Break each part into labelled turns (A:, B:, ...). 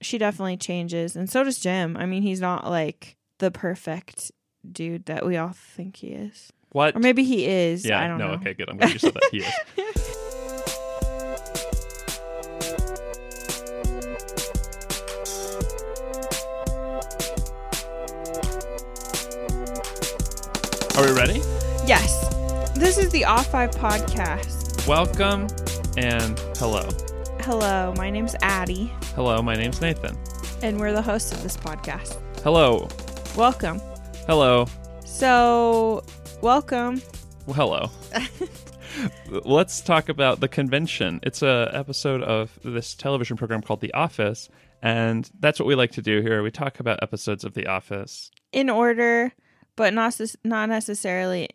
A: she definitely changes, and so does Jim. I mean, he's not like the perfect dude that we all think he is,
B: What?
A: or maybe he is.
B: yeah.
A: I don't
B: no.
A: know.
B: Okay. Good. I'm glad you said that. He is. Are we ready?
A: Yes, this is the Off Five podcast.
B: Welcome and hello.
A: Hello, my name's Addie,
B: Hello. My name's Nathan.
A: and we're the hosts of this podcast.
B: Hello.
A: Welcome.
B: Hello.
A: So, welcome.
B: Well, hello. Let's talk about the convention. It's a episode of this television program called The Office, and that's what we like to do here. We talk about episodes of The Office.
A: in order, but not s- not necessarily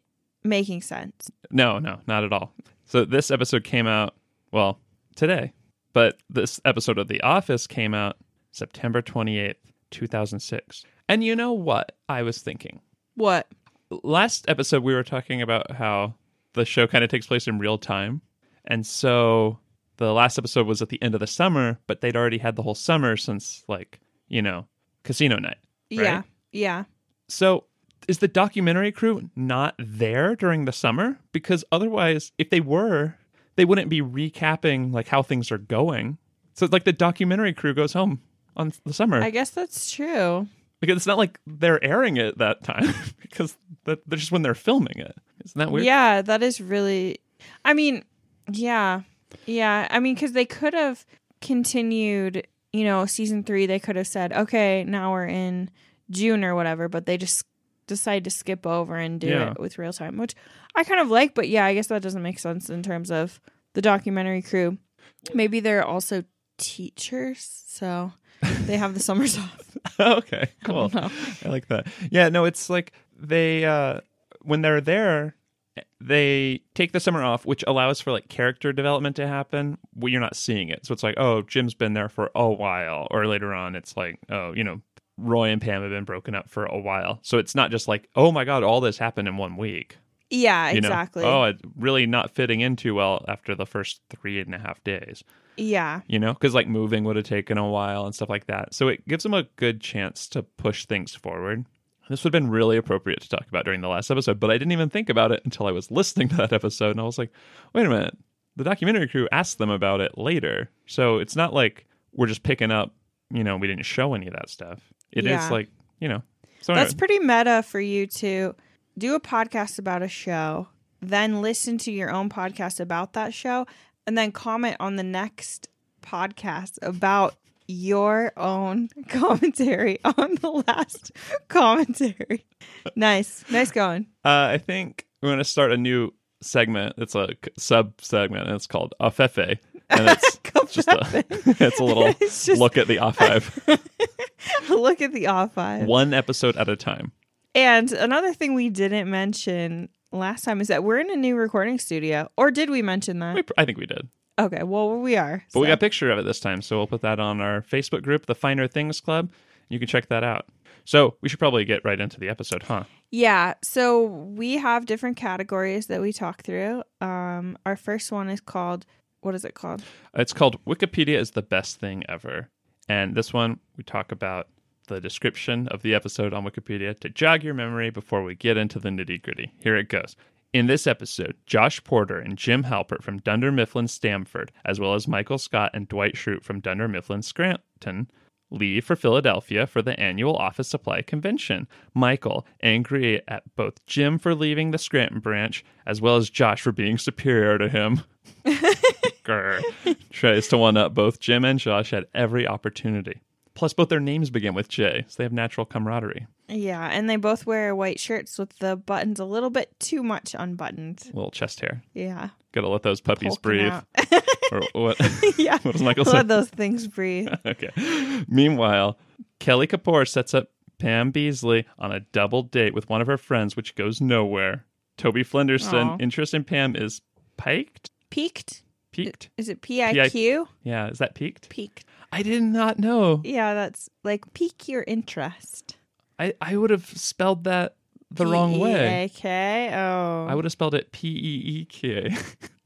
A: making sense.
B: No, no, not at all. So this episode came out well today, but this episode of The Office came out September twenty eighth, two thousand six. And you know what I was thinking?
A: What?
B: last episode we were talking about how the show kind of takes place in real time and so the last episode was at the end of the summer but they'd already had the whole summer since like you know casino night right?
A: Yeah, yeah.
B: so is the documentary crew not there during the summer because otherwise if they were they wouldn't be recapping like how things are going so it's like the documentary crew goes home on the summer
A: I guess that's true.
B: because it's not like they're airing it that time because that, that's just when they're filming it isn't that weird
A: Yeah, that is really. I mean, yeah, yeah. I mean, because they could have continued. You know, season three, they could have said, "Okay, now we're in June or whatever," but they just decide to skip over and do
B: Yeah.
A: it with real time, which I kind of like. But yeah, I guess that doesn't make sense in terms of the documentary crew. Maybe they're also teachers, so they have the summers off.
B: Oh, okay cool
A: know.
B: i like that yeah no it's like they uh when they're there they take the summer off which allows for like character development to happen well you're not seeing it so it's like oh jim's been there for a while or later on it's like oh you know roy and pam have been broken up for a while so it's not just like oh my god all this happened in one week
A: Yeah,
B: you know?
A: exactly.
B: oh it's really not fitting in too well after the first three and a half days
A: yeah,
B: you know, because like moving would have taken a while and stuff like that. So it gives them a good chance to push things forward. This would have been really appropriate to talk about during the last episode, but I didn't even think about it until I was listening to that episode and I was like, wait a minute. The documentary crew asked them about it later. So it's not like we're just picking up, you know, we didn't show any of that stuff. It is
A: Yeah.
B: like, you know, so
A: that's
B: anyway,
A: pretty meta for you to do a podcast about a show, then listen to your own podcast about that show, and then comment on the next podcast about your own commentary on the last commentary. Nice, nice going.
B: uh, I think we're going to start a new segment. It's a sub segment and it's called Afefe. And it's just a, it's a little
A: It's just-
B: look at the off five.
A: Look at the off five.
B: one episode at a time.
A: And another thing we didn't mention last time is that we're in a new recording studio. Or did we mention that?
B: We, I think we did,
A: Okay, well we are.
B: but we
A: so.
B: got a picture of it this time, so we'll put that on our Facebook group, the Finer Things Club. You can check that out. So we should probably get right into the episode, huh?
A: Yeah, so we have different categories that we talk through. Um, our first one is called what is it called?
B: Uh, It's called Wikipedia is the best thing ever, and this one we talk about the description of the episode on Wikipedia to jog your memory before we get into the nitty gritty. Here it goes. In this episode, Josh Porter and Jim Halpert from Dunder Mifflin Stamford, as well as Michael Scott and Dwight Schrute from Dunder Mifflin Scranton, leave for Philadelphia for the annual office supply convention. Michael, angry at both Jim for leaving the Scranton branch, as well as Josh for being superior to him, Grr. tries to one up both Jim and Josh at every opportunity. Plus, both their names begin with J, so they have natural camaraderie.
A: Yeah, and they both wear white shirts with the buttons a little bit too much unbuttoned.
B: Little chest hair.
A: Yeah.
B: Gotta let those puppies
A: Hulking
B: breathe.
A: out.
B: Or what?
A: yeah.
B: what does Michael say?
A: Let those things breathe.
B: okay. Meanwhile, Kelly Kapoor sets up Pam Beasley on a double date with one of her friends, which goes nowhere. Toby Flenderson,
A: Aw.
B: interest in Pam is piked?
A: Peaked?
B: Peaked?
A: Is it P I Q?
B: Yeah, is that peaked?
A: Peaked.
B: I did not know.
A: Yeah, that's like pique your interest.
B: I, I would have spelled
A: E
B: that the wrong way.
A: Okay. Oh.
B: I would have spelled it P E E K.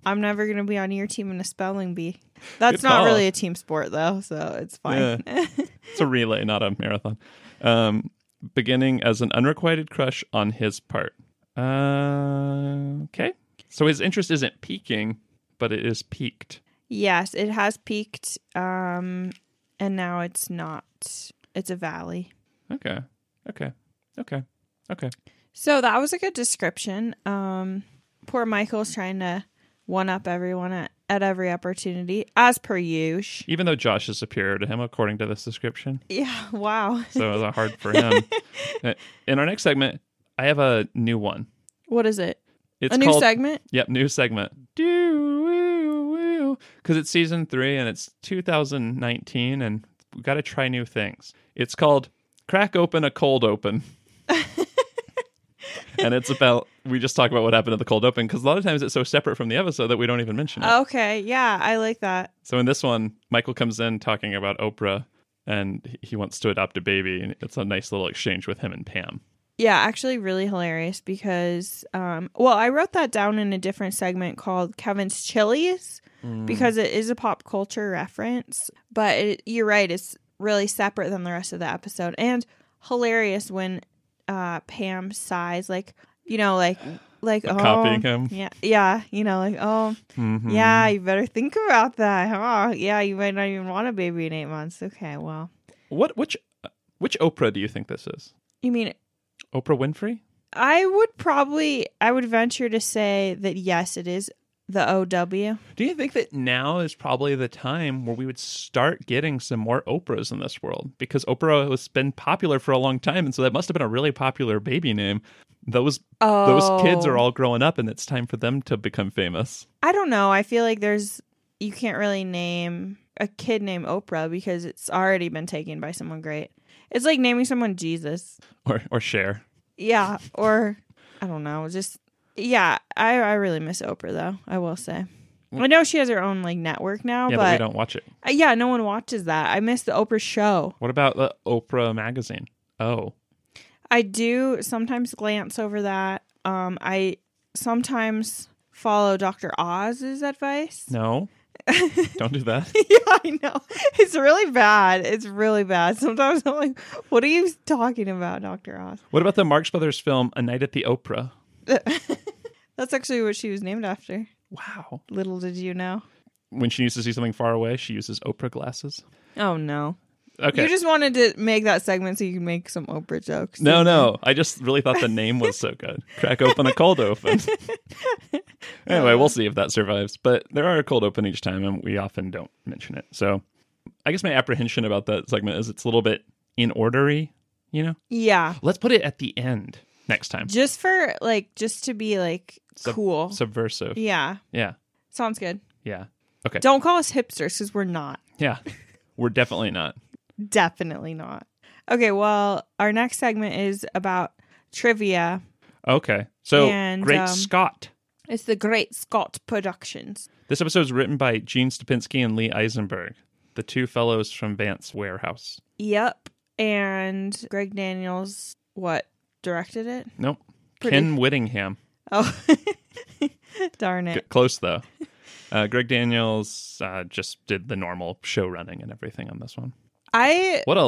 A: I'm never going to be on your team in a spelling bee. That's
B: Good
A: not
B: call.
A: really a team sport, though, so it's fine.
B: It's a relay, not a marathon. Um, beginning as an unrequited crush on his part. Uh, okay. So his interest isn't peaking, but it is peaked.
A: yes, it has peaked, um, and now it's not. It's a valley.
B: Okay. Okay. Okay. Okay.
A: So that was a good description. Um, poor Michael's trying to one up everyone at, at every opportunity, as per usual.
B: Even though Josh is superior to him, according to this description.
A: Yeah, wow.
B: So it was hard for him. Uh, In our next segment, I have a new one.
A: What is it?
B: It's
A: a new
B: called
A: segment?
B: Yep, new segment. Because it's season three and it's 2019, and we got to try new things. It's called Crack Open a Cold Open. and it's about, we just talk about what happened at the cold open because a lot of times it's so separate from the episode that we don't even mention it.
A: Okay, yeah, I like that.
B: So in this one, Michael comes in talking about Oprah and he- he wants to adopt a baby, and it's a nice little exchange with him and Pam.
A: Yeah, actually, really hilarious because, um, well, I wrote that down in a different segment called Kevin's Chilies
B: Mm-hmm.
A: because it is a pop culture reference. But it, you're right, it's really separate than the rest of the episode and hilarious when uh, Pam sighs, like, you know, like, like, oh,
B: Mm. copying him.
A: Yeah, yeah, you know, like, oh,
B: Mhm.
A: yeah, you better think about that, huh? Yeah, you might not even want a baby in eight months. Okay, well,
B: What which uh, which Oprah do you think this is?
A: you mean
B: Oprah Winfrey?
A: I would probably, I would venture to say that yes, it is the OW.
B: Do you think that now is probably the time where we would start getting some more Oprahs in this world? Because Oprah has been popular for a long time, and so that must have been a really popular baby name. Those
A: Oh,
B: those kids are all growing up, and it's time for them to become famous.
A: I don't know. I feel like there's, you can't really name a kid named Oprah because it's already been taken by someone great. It's like naming someone Jesus.
B: Or or share.
A: Yeah. Or, I don't know. Just, yeah. I, I really miss Oprah though, I will say. I know she has her own like network now,
B: Yeah, but, we
A: Oh, but,
B: don't watch it.
A: Uh, yeah, no one watches that. I miss the Oprah show.
B: What about the Oprah magazine? Oh,
A: I do sometimes glance over that. Um, I sometimes follow Dr. Oz's advice.
B: no. don't do that.
A: yeah, I know. It's really bad. It's really bad. Sometimes I'm like, what are you talking about, Dr. Oz?
B: What about the Marx Brothers film A Night at the Oprah?
A: That's actually what she was named after.
B: Wow.
A: Little did you know.
B: When she needs to see something far away, she uses Oprah glasses.
A: Oh, no.
B: Okay.
A: You just wanted to make that segment so you could make some Oprah jokes.
B: No, no. I just really thought the name was so good. Crack open a cold open. anyway, we'll see if that survives. But there are a cold open each time, and we often don't mention it. So I guess my apprehension about that segment is it's a little bit in ordery, you know?
A: Yeah.
B: Let's put it at the end next time.
A: Just for, like, just to be, like,
B: Sub-
A: cool.
B: Subversive.
A: yeah.
B: Yeah.
A: Sounds good.
B: Yeah. Okay.
A: Don't call us hipsters because we're not.
B: Yeah. We're definitely not.
A: Definitely not. Okay, well, our next segment is about trivia.
B: Okay. So
A: And,
B: Great
A: um,
B: Scott.
A: It's the Great Scott Productions.
B: This episode is written by Gene Stupinski and Lee Eisenberg, the two fellows from Vance Warehouse.
A: Yep. And Greg Daniels, what, directed it?
B: Nope.
A: Pretty-
B: Ken Whittingham.
A: Oh, darn it.
B: G- Close though. Uh, Greg Daniels uh, just did the normal show running and everything on this one.
A: I
B: What a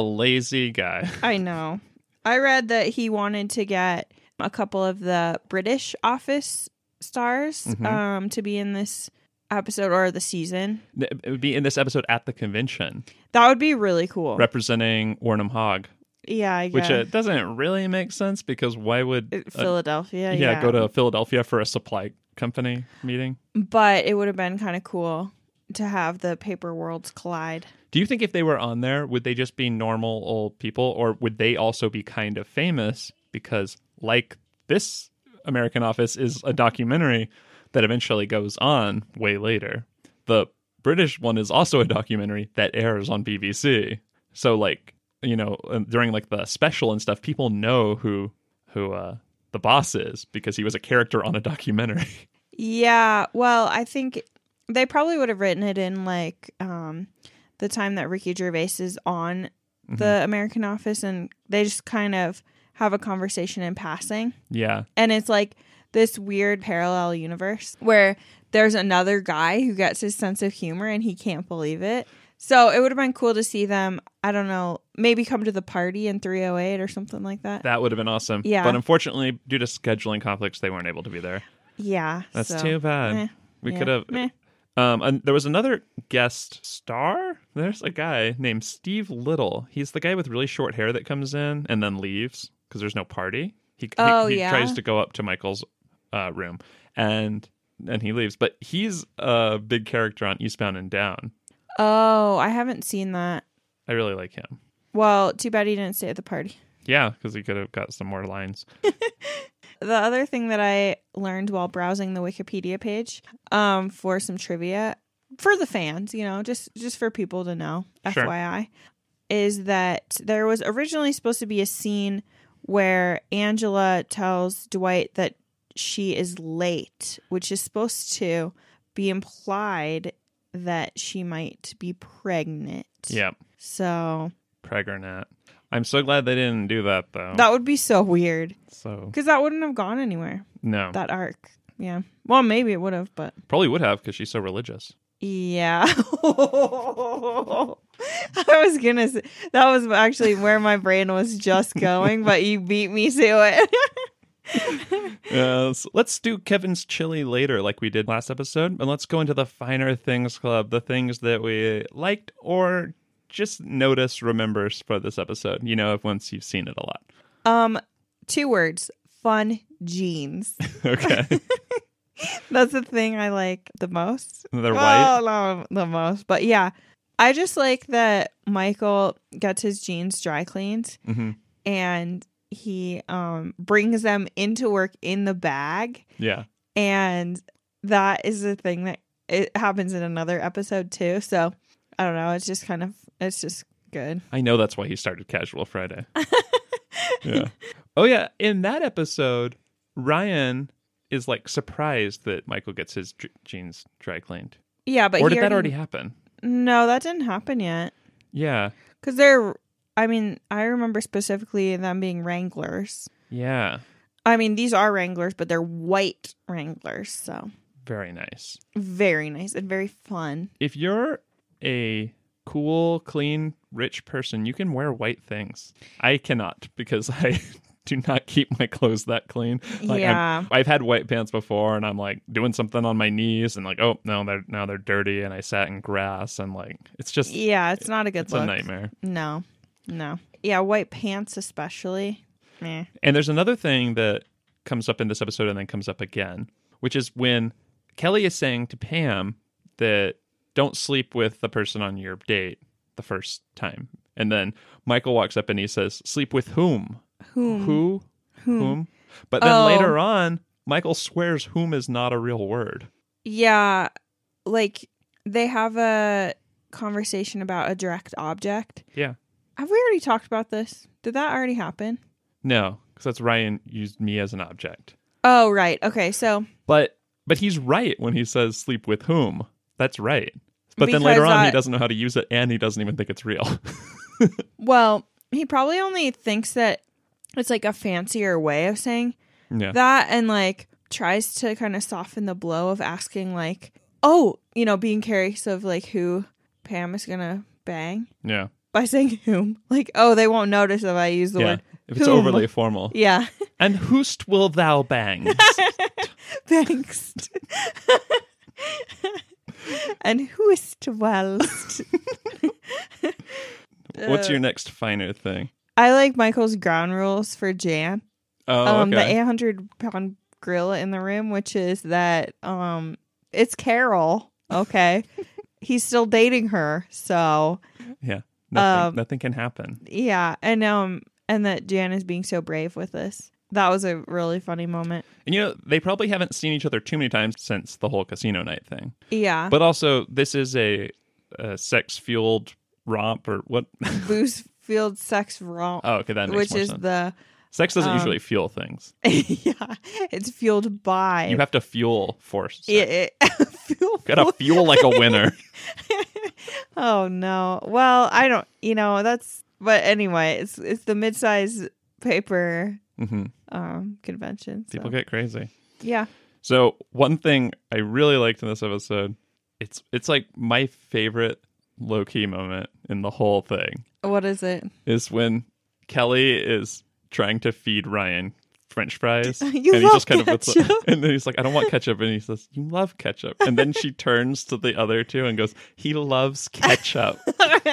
B: lazy guy.
A: I know. I read that he wanted to get a couple of the British office stars
B: Mhm.
A: um to be in this episode or the season.
B: It would be in this episode at the convention
A: That would be really cool.
B: representing Warnum Hogg,
A: yeah, I guess.
B: which uh, doesn't really make sense because why would
A: It-
B: uh,
A: Philadelphia.
B: yeah, go to Philadelphia for a supply company meeting?
A: But it would have been kind of cool to have the paper worlds collide.
B: Do you think if they were on there, would they just be normal old people or would they also be kind of famous? Because, like this American Office is a documentary that eventually goes on way later. The British one is also a documentary that airs on BBC. So, like, you know, um, during like the special and stuff, people know who, who, uh, the boss is because he was a character on a documentary.
A: Yeah. Well, I think they probably would have written it in like um, the time that Ricky Gervais is on
B: Mm-hmm.
A: the American Office, and they just kind of have a conversation in passing.
B: yeah.
A: And it's like this weird parallel universe where there's another guy who gets his sense of humor and he can't believe it. So it would have been cool to see them, I don't know, maybe come to the party in 308 or something like that.
B: That would have been awesome.
A: Yeah.
B: But unfortunately, due to scheduling conflicts, they weren't able to be there.
A: yeah.
B: That's
A: so,
B: too bad.
A: meh,
B: we
A: yeah,
B: could have.
A: meh.
B: Um, and there was another guest star. There's a guy named Steve Little. He's the guy with really short hair that comes in and then leaves because there's no party. He, he-
A: Oh,
B: he,
A: yeah.
B: tries to go up to Michael's uh, room and and he leaves. But he's a big character on Eastbound and Down.
A: Oh, I haven't seen that.
B: I really like him.
A: Well, too bad he didn't stay at the party.
B: Yeah, because he could have got some more lines.
A: The other thing that I learned while browsing the Wikipedia page um, for some trivia for the fans, you know, just just for people to know,
B: Sure.
A: FYI, is that there was originally supposed to be a scene where Angela tells Dwight that she is late, which is supposed to be implied that she might be pregnant.
B: Yeah,
A: So
B: Pregnant. I'm so glad they didn't do that though.
A: that would be so weird
B: So
A: because that wouldn't have gone anywhere.
B: no,
A: That arc. Yeah. Well, maybe it would have, but
B: probably would have because she's so religious.
A: Yeah. I was gonna say that was actually where my brain was just going, but you beat me to it.
B: Yes. Uh, Let's do Kevin's chili later, like we did last episode, and let's go into the finer things club, the things that we liked or just notice, remember for this episode. You know, if once you've seen it a lot.
A: um, two words: fun jeans.
B: Okay,
A: That's the thing I like the most.
B: they're white.
A: Well, no, the most, but yeah, I just like that Michael gets his jeans dry cleaned
B: hmm
A: and he um brings them into work in the bag.
B: Yeah,
A: and that is the thing that it happens in another episode too so i don't know it's just kind of it's just good
B: I know that's why he started Casual Friday. yeah. Oh yeah, in that episode, Ryan is like surprised that Michael gets his dr- jeans dry cleaned.
A: yeah but
B: or
A: he
B: did that already happen?
A: no that didn't happen yet
B: Yeah.
A: because they're i mean i remember specifically them being wranglers
B: Yeah.
A: i mean these are wranglers but they're white wranglers so
B: Very nice.
A: very nice and very fun
B: if you're a cool, clean, rich person, you can wear white things. I cannot because I do not keep my clothes that clean. Like,
A: yeah
B: I'm- I've had white pants before, and I'm like doing something on my knees, and like, oh no, they're now they're dirty, and I sat in grass, and like, it's just
A: yeah it's not a good
B: it's
A: look
B: a nightmare.
A: no no yeah white pants especially Meh.
B: And there's another thing that comes up in this episode, and then comes up again, which is when Kelly is saying to Pam that don't sleep with the person on your date the first time, and then Michael walks up and he says, "Sleep with whom?
A: whom Hmm.
B: Who? Whom?" But then
A: Oh.
B: later on, Michael swears "whom" is not a real word.
A: Yeah, like they have a conversation about a direct object.
B: Yeah.
A: Have we already talked about this? Did that already happen?
B: No, because that's Ryan used me as an object.
A: Oh, right. Okay. So,
B: But but he's right when he says "sleep with whom." That's right. But then
A: Because
B: later on,
A: I-
B: he doesn't know how to use it, and he doesn't even think it's real.
A: well, he probably only thinks that it's like a fancier way of saying
B: yeah.
A: that and like tries to kind of soften the blow of asking, like, oh, you know, being curious of like who Pam is going to bang
B: Yeah.
A: by saying whom. Like, oh, they won't notice if I use the
B: yeah.
A: word.
B: If it's
A: whom.
B: overly formal.
A: Yeah.
B: And whost will thou bang?
A: Thanks. and whoist whilst.
B: What's your next finer thing?
A: Uh, I like Michael's ground rules for Jan.
B: Oh,
A: Um, The
B: okay.
A: 800 pound gorilla in the room, which is that um, it's Carol. Okay. He's still dating her. So,
B: yeah. Nothing,
A: um,
B: nothing can happen.
A: yeah. And, um, and that Jan is being so brave with this. That was a really funny moment.
B: And you know, they probably haven't seen each other too many times since the whole casino night thing.
A: Yeah.
B: But also, this is a, a sex fueled romp or what?
A: Booze Field sex romp,
B: Oh, okay. That makes
A: which
B: more
A: is
B: sense.
A: the
B: sex doesn't
A: um,
B: usually fuel things,
A: yeah, it's fueled by.
B: you have to fuel for sex.
A: it, it- fuel.
B: You gotta fuel like a winner.
A: Oh no. Well, I don't. You know that's. But anyway, it's it's the midsize paper
B: Mhm.
A: um convention. so-
B: People get crazy.
A: yeah.
B: So one thing I really liked in this episode, it's it's like my favorite low key moment in the whole thing
A: What is it?
B: is when Kelly is trying to feed Ryan French fries.
A: You
B: and he
A: love
B: just kind of puts
A: ketchup.
B: and then he's like, I don't want ketchup. And he says, You love ketchup. And then she turns to the other two and goes, He loves ketchup.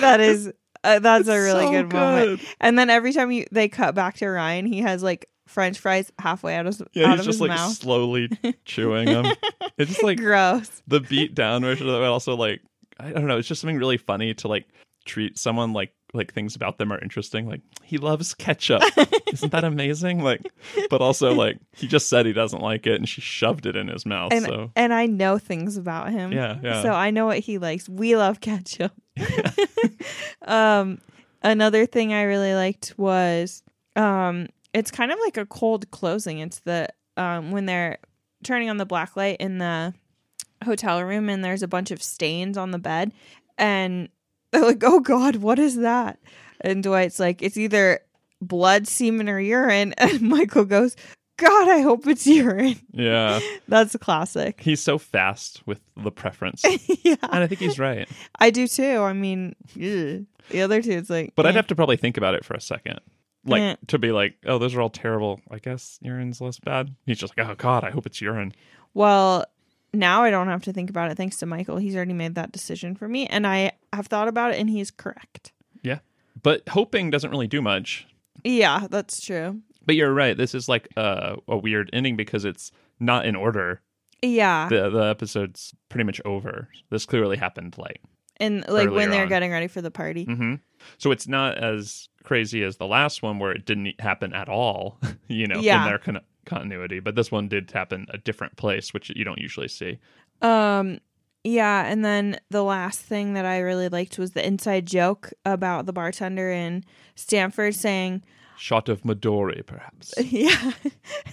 A: That is uh, that's a
B: It's
A: really
B: so
A: good, moment.
B: good.
A: And then every time you they cut back to Ryan, he has like French fries halfway out of his,
B: Yeah,
A: out
B: he's
A: of
B: just
A: his
B: like
A: mouth.
B: slowly chewing them. It's just like
A: Gross.
B: the beat down version of it. Also, like I don't know, it's just something really funny to like treat someone like like things about them are interesting. Like he loves ketchup, isn't that amazing? Like, but also like he just said he doesn't like it, and she shoved it in his mouth.
A: And
B: so
A: and I know things about him.
B: Yeah, yeah.
A: So I know what he likes. We love ketchup. um another thing I really liked was um it's kind of like a cold closing. It's the um when they're turning on the black light in the hotel room and there's a bunch of stains on the bed and they're like, "Oh god, what is that?" And Dwight's like, "It's either blood, semen or urine." And Michael goes, "God, I hope it's urine."
B: yeah,
A: That's a classic.
B: he's so fast with the preference, and
A: yeah,
B: I think he's right.
A: I do too. I mean, ugh. the other two, it's like,
B: But
A: eh.
B: I'd have to probably think about it for a second. Like
A: Yeah.
B: to be like, oh, those are all terrible. I guess urine's less bad. He's just like, oh god, I hope it's urine.
A: well, now I don't have to think about it. Thanks to Michael, he's already made that decision for me, and I have thought about it, and he's correct.
B: Yeah, but hoping doesn't really do much.
A: Yeah, that's true.
B: But you're right. This is like a, a weird ending because it's not in order.
A: Yeah,
B: The the episode's pretty much over. This clearly happened late.
A: and like
B: earlier
A: when they're
B: on.
A: getting ready for the party.
B: hmm So it's not as crazy as the last one where it didn't e, happen at all, you know,
A: Yeah.
B: in their con- continuity. But this one did happen a different place, which you don't usually see.
A: Um, yeah, and then the last thing that I really liked was the inside joke about the bartender in Stanford saying,
B: Shot of Midori, perhaps.
A: Yeah.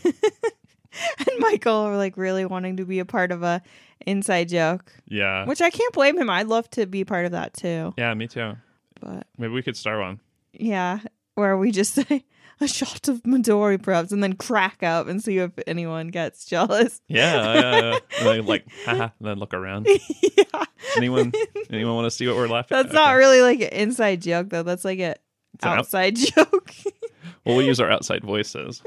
A: and Michael were like really wanting to be a part of a inside joke,
B: Yeah.
A: which I can't blame him. I'd love to be part of that too.
B: Yeah, me too.
A: But
B: Maybe we could start one.
A: yeah, where we just say a shot of Midori perhaps and then crack up and see if anyone gets jealous.
B: Yeah, yeah, yeah. And then, like, haha, and then look around.
A: yeah.
B: Anyone, anyone want to see what we're laughing?
A: That's
B: at?
A: not
B: Okay.
A: really like an inside joke though. That's like a
B: an out-
A: outside joke.
B: well we use our outside voices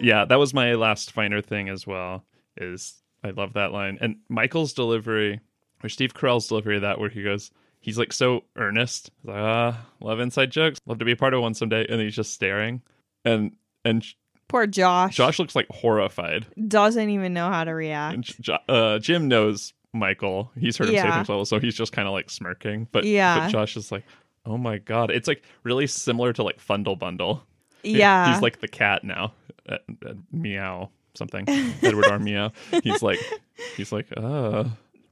B: yeah that was my last finer thing as well is i love that line and michael's delivery or steve carell's delivery of that where he goes he's like so earnest he's like ah love inside jokes love to be a part of one someday and he's just staring and and
A: Poor Josh.
B: josh looks like horrified
A: doesn't even know how to react.
B: and Jo- uh, jim knows michael he's heard him say
A: Yeah.
B: things level so he's just kind of like smirking but
A: Yeah.
B: but josh is like oh my god it's like really similar to like fundle bundle He-
A: yeah.
B: He's like the cat now. Uh, uh, meow something. Edward R. Meow. He's like he's like, uh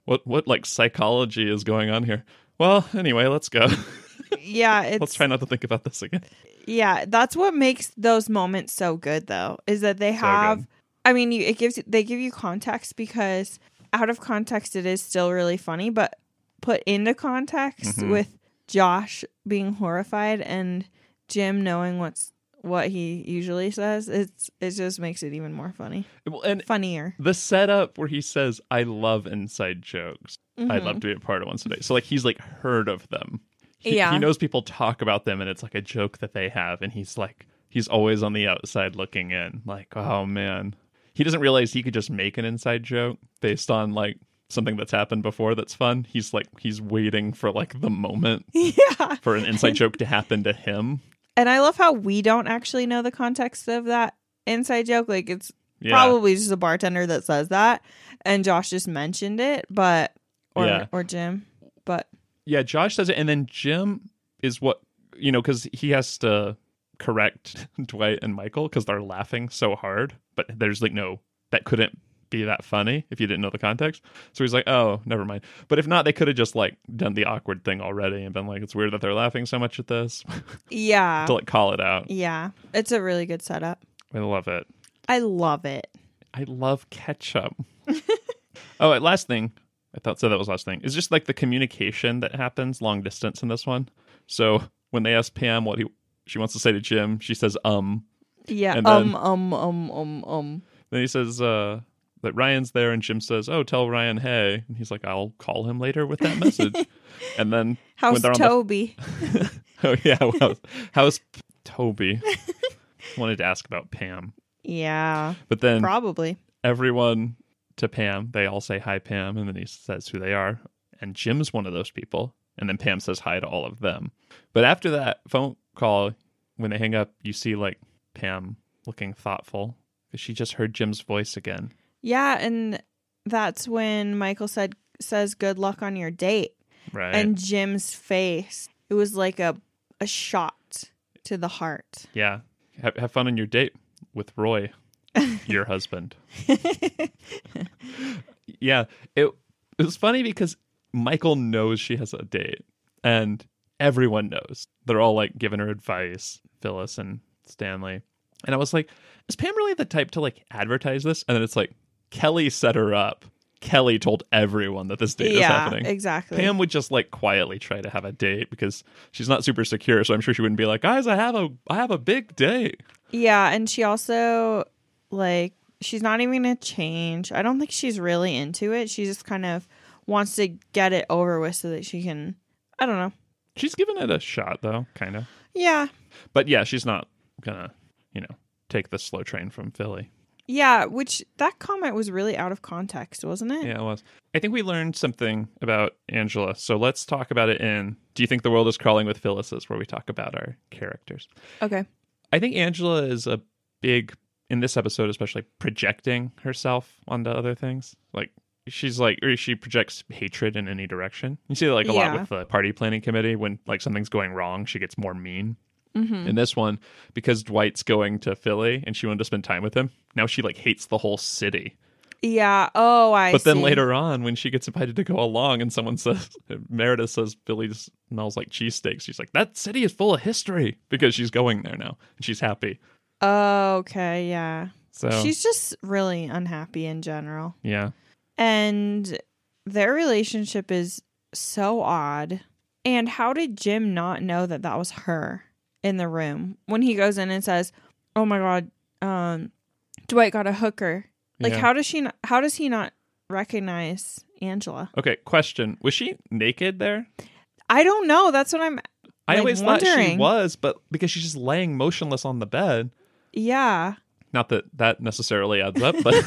B: what what like psychology is going on here? Well, anyway, let's go.
A: yeah, it's
B: let's try not to think about this again.
A: Yeah, that's what makes those moments so good though, is that they have I mean, you, it gives they give you context because out of context it is still really funny, but put into context
B: Mhm.
A: with Josh being horrified and Jim knowing what's what he usually says, it's it just makes it even more funny.
B: Well, And
A: Funnier.
B: the setup where he says, I love inside jokes. I'd
A: Mm-hmm.
B: love to be a part of one today. So like he's like heard of them. He,
A: Yeah.
B: He knows people talk about them and it's like a joke that they have and he's like he's always on the outside looking in. Like, oh man. He doesn't realize he could just make an inside joke based on like something that's happened before that's fun. He's like he's waiting for like the moment
A: Yeah.
B: for an inside joke to happen to him.
A: And I love how we don't actually know the context of that inside joke. Like it's
B: Yeah.
A: probably just a bartender that says that and josh just mentioned it but or
B: Yeah.
A: or jim but
B: Yeah, Josh says it, and then Jim is what you know because he has to correct Dwight and Michael because they're laughing so hard, but there's like no that couldn't be that funny if you didn't know the context. So he's like, "Oh, never mind." But if not, they could have just like done the awkward thing already and been like, "It's weird that they're laughing so much at this."
A: yeah
B: to like call it out,
A: yeah it's a really good setup
B: I love it.
A: i love it
B: I love ketchup. oh, and last thing I thought so that was last thing is just like the communication that happens long distance in this one. So when they ask Pam what he she wants to say to Jim, she says um.
A: yeah
B: And
A: um
B: then-
A: um um um um
B: Then he says uh, that Ryan's there, and Jim says, "Oh, tell Ryan, hey." And he's like, "I'll call him later with that message." and then
A: How's
B: when they're on the
A: Toby?
B: oh yeah, well, how's Toby? Wanted to ask about Pam,
A: yeah,
B: but then
A: probably.
B: everyone to Pam. They all say hi, Pam, and then he says who they are. And Jim's one of those people. And then Pam says hi to all of them. But after that phone call, when they hang up, you see like Pam looking thoughtful because she just heard Jim's voice again.
A: Yeah, and that's when Michael said says good luck on your date,
B: Right.
A: and Jim's face it was like a a shot to the heart.
B: yeah. Have, have fun on your date with Roy, your husband. yeah. It, it was funny because Michael knows she has a date and everyone knows. They're all like giving her advice, Phyllis and Stanley. And I was like, is Pam really the type to like advertise this? And then it's like, Kelly set her up. Kelly told everyone that this date is
A: yeah,
B: happening.
A: exactly.
B: Pam would just like quietly try to have a date because she's not super secure, so I'm sure she wouldn't be like, "Guys, I have a I have a big date."
A: Yeah, and she also like she's not even gonna change. I don't think she's really into it. She just kind of wants to get it over with so that she can I don't know.
B: She's given it a shot though, kind of.
A: Yeah.
B: But yeah, she's not gonna, you know, take the slow train from Philly.
A: Yeah, which that comment was really out of context, wasn't it?
B: Yeah, it was. I think we learned something about Angela, so let's talk about it in "Do You Think the World Is Crawling with Phyllis's," where we talk about our characters.
A: Okay.
B: I think Angela is a big in this episode, especially projecting herself onto other things. Like she's like, or she projects hatred in any direction. You see that, like a lot
A: Yeah.
B: with the party planning committee when like something's going wrong, she gets more mean.
A: Mm-hmm.
B: In this one, because Dwight's going to Philly and she wanted to spend time with him, now she like hates the whole city.
A: Yeah. Oh, I.
B: But then
A: see.
B: later on, when she gets invited to go along, and someone says Meredith says Billy smells like cheesesteaks, she's like, "That city is full of history," because she's going there now and she's happy.
A: Oh, okay. Yeah.
B: So
A: She's just really unhappy in general,
B: yeah,
A: and their relationship is so odd. And how did Jim not know that that was her in the room when he goes in and says, "Oh my God, um, Dwight got a hooker." Like,
B: Yeah.
A: how does she? Not, how does he not recognize Angela?
B: Okay, question. Was she naked there?
A: I don't know. That's what I'm.
B: I
A: Like,
B: always thought she
A: wondering.
B: was, but because she's just laying motionless on the bed.
A: Yeah.
B: Not that that necessarily adds up, but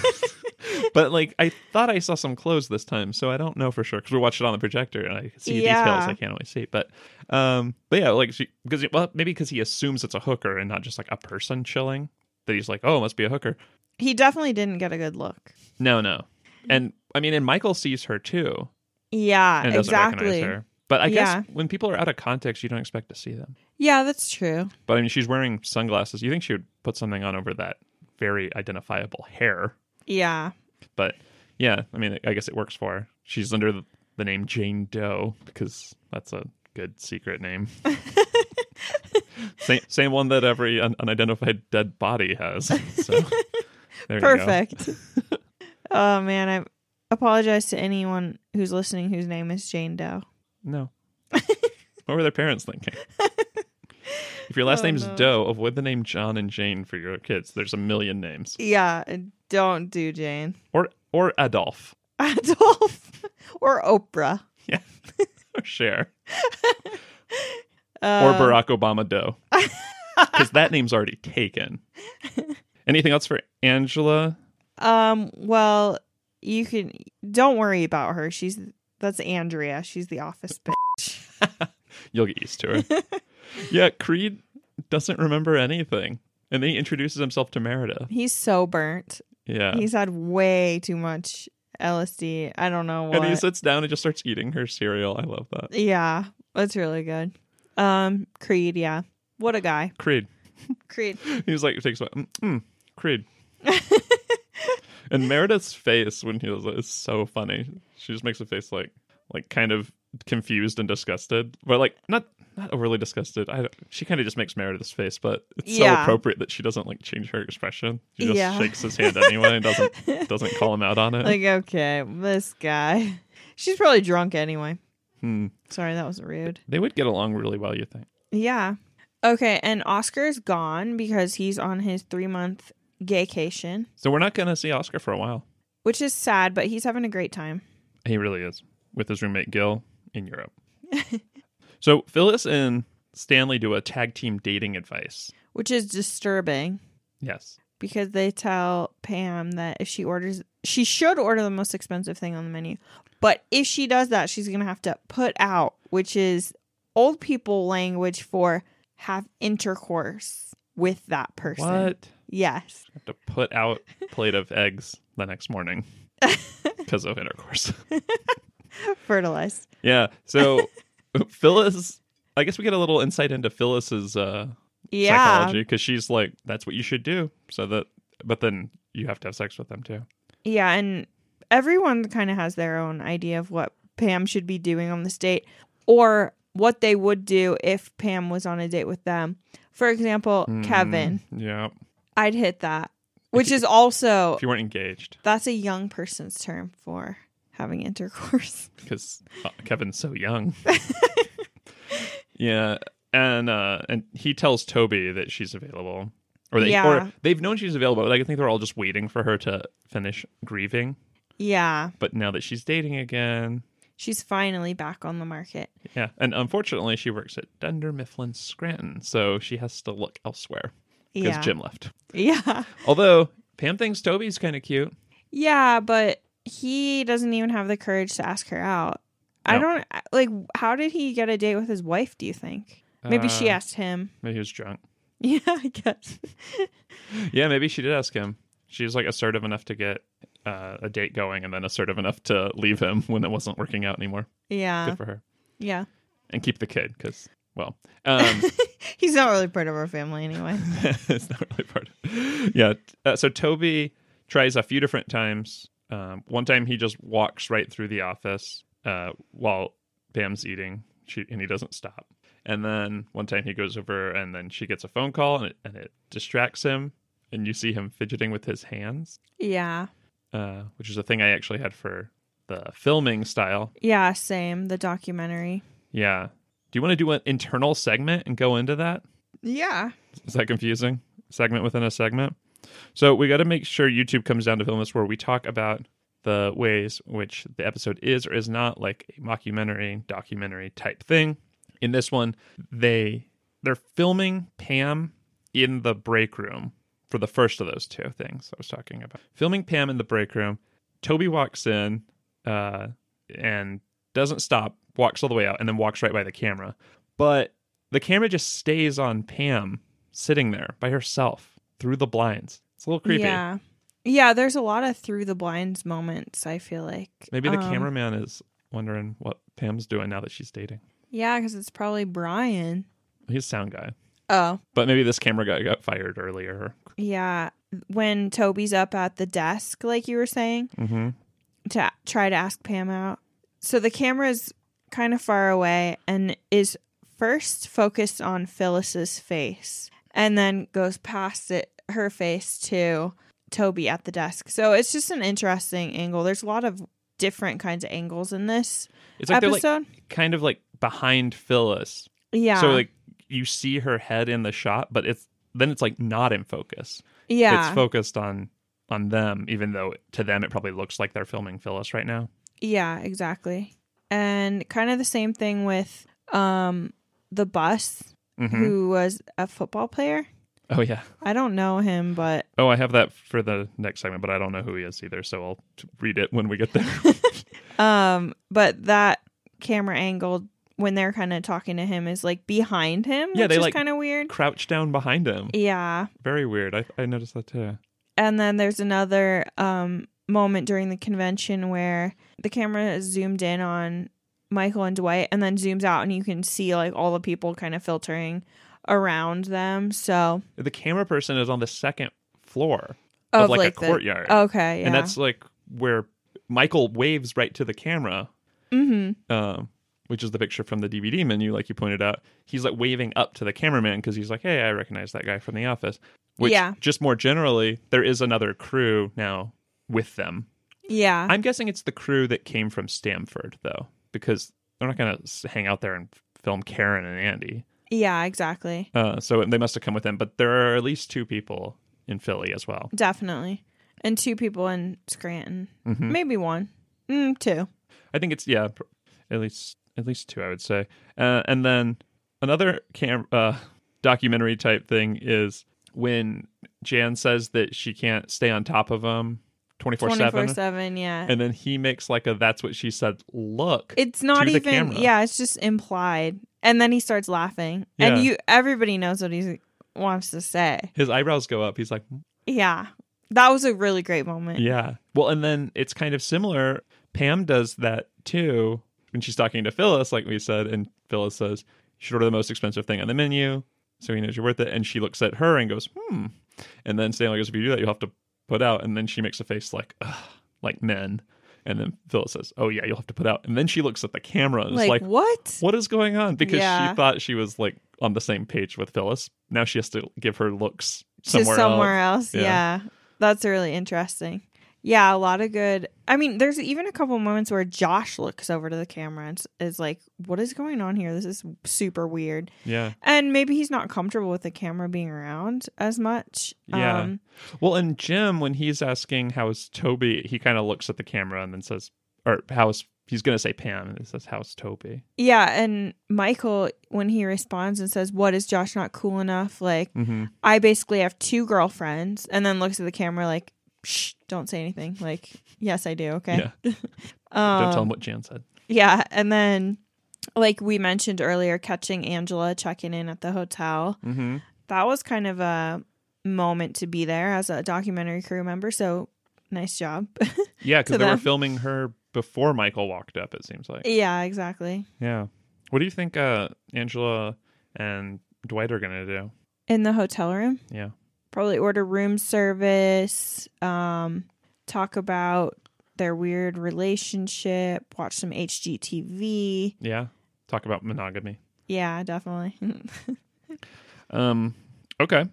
B: but like I thought I saw some clothes this time, so I don't know for sure because we watched it on the projector and I could see details
A: Yeah.
B: I can't always see. But um, but yeah, like she because well maybe because he assumes it's a hooker and not just like a person chilling that he's like oh it must be a hooker.
A: He definitely didn't get a good look.
B: No, no, and I mean and Michael sees her too
A: Yeah,
B: and doesn't
A: Uh, exactly.
B: recognize her. But I
A: Yeah.
B: guess when people are out of context, you don't expect to see them.
A: Yeah, that's true.
B: But I mean, she's wearing sunglasses. You think she would put something on over that very identifiable hair?
A: Yeah.
B: But yeah, I mean, I guess it works for her. She's under the- the name Jane Doe because that's a good secret name. same, same one that every un- unidentified dead body has. So there you
A: Perfect. oh man, I apologize to anyone who's listening whose name is Jane Doe.
B: go. No. what were their parents thinking? If your last
A: Oh,
B: name's
A: no.
B: Doe, avoid the name John and Jane for your kids. There's a million names.
A: Yeah, don't do Jane.
B: Or or Adolf.
A: Adolf or Oprah.
B: Or Cher. or
A: Uh,
B: Barack Obama Doe. Because that name's already taken. Anything else for Angela?
A: Um, well, you can don't worry about her. She's that's Andrea. She's the office bitch.
B: You'll get used to her. yeah, Creed doesn't remember anything. And then he introduces himself to Meredith.
A: He's so burnt.
B: Yeah.
A: He's had way too much LSD. I don't know what.
B: and he sits down and just starts eating her cereal. I love that.
A: Yeah, that's really good. Um, Creed, yeah. What a guy.
B: Creed.
A: Creed.
B: He's like, takes one. Mm, mm, Creed. and Meredith's face when he was is so funny. She just makes a face like, like kind of confused and disgusted, but like not not overly disgusted. I don't, she kind of just makes Meredith's face, but it's so
A: Yeah.
B: appropriate that she doesn't like change her expression. She just
A: Yeah.
B: shakes his hand anyway and doesn't doesn't call him out on it.
A: Like, okay, this guy. She's probably drunk anyway.
B: Hmm.
A: Sorry, that was rude.
B: They would get along really well, you think?
A: Yeah. Okay, and Oscar's gone because he's on his three month gaycation,
B: So we're not going to see Oscar for a while.
A: which is sad, but he's having a great time.
B: He really is with his roommate Gil in Europe. so Phyllis and Stanley do a tag team dating advice.
A: Which is disturbing
B: Yes.
A: because they tell Pam that if she orders she should order the most expensive thing on the menu. But if she does that, she's gonna have to put out, which is old people language for have intercourse with that person.
B: What?
A: Yes.
B: Have to put out plate of eggs the next morning because of intercourse.
A: Fertilized.
B: yeah. So Phyllis, I guess we get a little insight into Phyllis's uh,
A: Yeah.
B: psychology because she's like, that's what you should do. So that, but then you have to have sex with them too.
A: Yeah, and everyone kind of has their own idea of what Pam should be doing on this date or what they would do if Pam was on a date with them. For example, Kevin,
B: Mm, yeah.
A: I'd hit that, which is also
B: If you weren't engaged,
A: that's a young person's term for having intercourse.
B: because uh, Kevin's so young. yeah, and uh, and he tells Toby that she's available, or they
A: Yeah.
B: or they've known she's available. Like I think they're all just waiting for her to finish grieving.
A: Yeah,
B: But now that she's dating again,
A: she's finally back on the market.
B: yeah, and unfortunately she works at Dunder Mifflin Scranton, so she has to look elsewhere because
A: Yeah.
B: Jim left.
A: Yeah.
B: Although Pam thinks Toby's kind of cute.
A: Yeah, but he doesn't even have the courage to ask her out. I
B: No.
A: don't like how did he get a date with his wife, do you think? Maybe she
B: Uh,
A: asked him.
B: Maybe he was drunk.
A: Yeah, I guess.
B: Yeah, maybe she did ask him. She was like assertive enough to get uh, a date going and then assertive enough to leave him when it wasn't working out anymore.
A: Yeah.
B: Good for her.
A: Yeah.
B: And keep the kid because, well, um,
A: He's not really part of our family anyway.
B: it's not really part of Yeah. Uh, so Toby tries a few different times. Um, one time he just walks right through the office uh, while Pam's eating she, and he doesn't stop. And then one time he goes over and then she gets a phone call and it, and it distracts him. And you see him fidgeting with his hands.
A: Yeah.
B: uh, which is a thing I actually had for the filming style.
A: Yeah, same. The documentary.
B: Yeah. Do you want to do an internal segment and go into that?
A: Yeah.
B: Is that confusing? Segment within a segment. So we got to make sure YouTube comes down to film us where we talk about the ways which the episode is or is not like a mockumentary, documentary type thing. In this one, they they're filming Pam in the break room for the first of those two things I was talking about. Filming Pam in the break room. Toby walks in uh, and doesn't stop, walks all the way out, and then walks right by the camera. But the camera just stays on Pam sitting there by herself through the blinds. It's a little creepy.
A: Yeah. Yeah, there's a lot of through the blinds moments, I feel like.
B: Maybe the
A: Um,
B: cameraman is wondering what Pam's doing now that she's dating.
A: Yeah, because it's probably Brian.
B: He's sound guy,
A: Oh.
B: but maybe this camera guy got fired earlier.
A: Yeah. When Toby's up at the desk, like you were saying,
B: Mm-hmm.
A: to try to ask Pam out. So the camera's kind of far away and is first focused on Phyllis's face and then goes past it her face to Toby at the desk. So it's just an interesting angle. There's a lot of different kinds of angles in this
B: It's like they're
A: episode.
B: like kind of like behind Phyllis,
A: yeah.
B: so like you see her head in the shot, but it's then it's like not in focus.
A: yeah.
B: It's focused on on them, even though to them it probably looks like they're filming Phyllis right now.
A: Yeah, exactly. And kind of the same thing with um the bus
B: Mhm.
A: who was a football player.
B: Oh yeah.
A: I don't know him, but
B: Oh, I have that for the next segment, but I don't know who he is either, so I'll t- read it when we get there.
A: um but that camera angle when they're kind of talking to him is like behind him,
B: Yeah,
A: which
B: they,
A: is
B: like-
A: kind of weird.
B: Crouch down behind him.
A: Yeah.
B: Very weird. I I noticed that too.
A: And then there's another um moment during the convention where the camera is zoomed in on Michael and Dwight and then zooms out and you can see like all the people kind of filtering around them. So
B: the camera person is on the second floor
A: Of,
B: of, like,
A: like,
B: a
A: the-
B: courtyard.
A: Okay, yeah.
B: And that's like where Michael waves right to the camera,
A: hmm
B: um, which is the picture from the DVD menu, like you pointed out. He's like waving up to the cameraman because he's like, hey, I recognize that guy from the office. Which,
A: Yeah.
B: just more generally, there is another crew now with them.
A: yeah,
B: I'm guessing it's the crew that came from Stamford, though, because they're not going to hang out there and film Karen and Andy.
A: yeah, exactly.
B: Uh, so they must have come with them, but there are at least two people in Philly as well.
A: Definitely. And two people in Scranton. Maybe one. Mm, two.
B: I think it's yeah, pr- at least at least two I would say. Uh, and then another cam uh, documentary type thing is when Jan says that she can't stay on top of him twenty four
A: 24
B: seven,
A: 7. Yeah.
B: and then he makes like a "That's what she said" look.
A: it's not
B: to the
A: even,
B: camera.
A: yeah, it's just implied. And then he starts laughing.
B: Yeah.
A: And you, everybody knows what he wants to say.
B: His eyebrows go up. He's like,
A: Yeah. That was a really great moment.
B: Yeah. Well, and then it's kind of similar. Pam does that too when she's talking to Phyllis, like we said, and Phyllis says, You should order the most expensive thing on the menu so he knows you're worth it. And she looks at her and goes, Hmm. And then Stanley goes, If you do that, you'll have to put out. And then she makes a face like, Ugh, like men. And then Phyllis says, Oh, yeah, you'll have to put out. And then she looks at the camera and is
A: Like,
B: like,
A: what?
B: What is going on? Because she
A: Yeah.
B: thought she was like on the same page with Phyllis. Now she has to give her looks somewhere,
A: to
B: else.
A: somewhere else.
B: Yeah.
A: Yeah. That's really interesting. Yeah, a lot of good. I mean, there's even a couple moments where Josh looks over to the camera and s- is like, "What is going on here? This is super weird."
B: Yeah.
A: And maybe he's not comfortable with the camera being around as much.
B: Yeah.
A: Um,
B: Well, and Jim, when he's asking how is Toby, he kind of looks at the camera and then says, or how is, he's going to say Pam, and he says, how's Toby?
A: yeah, and Michael when he responds and says, "What is Josh not cool enough?" Like,
B: Mm-hmm.
A: I basically have two girlfriends, and then looks at the camera like, "Shh, don't say anything." Like, yes, I do. Okay.
B: Yeah.
A: Um,
B: Don't tell him what Jan said.
A: Yeah, and then like we mentioned earlier, catching Angela checking in at the hotel.
B: Mm-hmm.
A: That was kind of a moment to be there as a documentary crew member. So nice job.
B: Yeah, because
A: To
B: they were
A: them.
B: filming her before Michael walked up, it seems like.
A: yeah, exactly.
B: Yeah. What do you think uh, Angela and Dwight are going to do?
A: In the hotel room,
B: Yeah.
A: probably order room service, um, talk about their weird relationship, watch some HGTV.
B: Yeah. Talk about monogamy.
A: Yeah, definitely.
B: Um. Okay.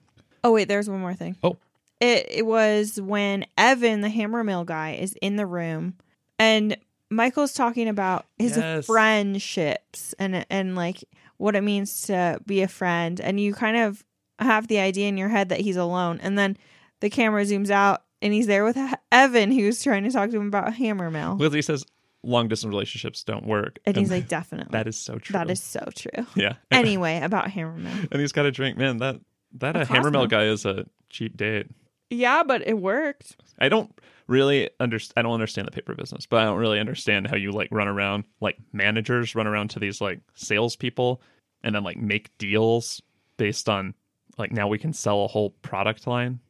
A: Oh wait, there's one more thing.
B: Oh.
A: It it was when Evan, the hammer mill guy, is in the room and Michael's talking about his
B: Yes.
A: friendships and and like what it means to be a friend and you kind of have the idea in your head that he's alone and then the camera zooms out and he's there with He- Evan who's trying to talk to him about hammer mill.
B: Lizzie says long distance relationships don't work.
A: And he's like definitely.
B: that is so um, true.
A: that is so true.
B: Yeah.
A: anyway, about hammer mill.
B: and he's got a drink. Man, that that
A: A
B: uh, Hammermill
A: Cosmo.
B: guy is a cheap date.
A: Yeah, but it worked.
B: I don't really understand. I don't understand the paper business, but I don't really understand how you like run around like managers run around to these like salespeople and then like make deals based on like now we can sell a whole product line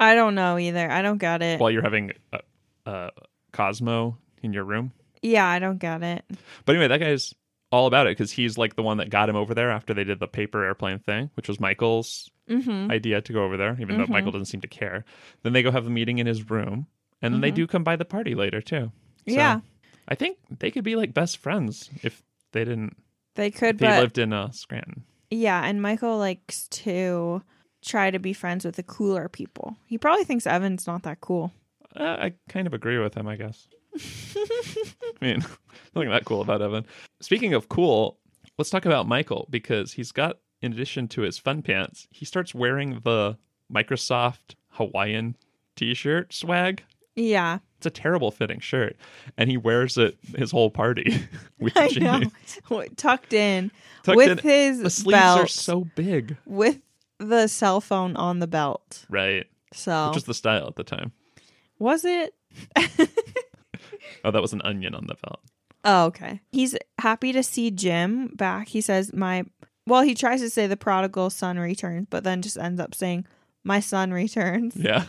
A: I don't know either. I don't get it.
B: while you're having a, a Cosmo in your room.
A: yeah, I don't get it.
B: But anyway, that guy's all about it because he's like the one that got him over there after they did the paper airplane thing, which was Michael's
A: Mm-hmm.
B: idea to go over there, even though Michael doesn't seem to care. Then they go have a meeting in his room, and then they do come by the party later too. So,
A: Mm-hmm. Yeah.
B: I think they could be like best friends if they didn't.
A: They could,
B: If he
A: but
B: lived in uh, Scranton.
A: yeah, and Michael likes to try to be friends with the cooler people. He probably thinks Evan's not that cool.
B: Uh, I kind of agree with him, I guess. I mean, nothing that cool about Evan. Speaking of cool, let's talk about Michael because he's got, in addition to his fun pants, he starts wearing the Microsoft Hawaiian T-shirt swag.
A: Yeah,
B: It's a terrible fitting shirt, and he wears it his whole party. with
A: I
B: jeans.
A: know. What- Tucked in
B: Tucked
A: with
B: in, the
A: his
B: sleeves are
A: belt,
B: so big,
A: with the cell phone on the belt.
B: right?
A: So
B: Which was the style at the time.
A: was it?
B: Oh, that was an onion on the belt.
A: Oh, okay. He's happy to see Jim back. He says, "My well." He tries to say the prodigal son returns, but then just ends up saying, "My son returns."
B: Yeah,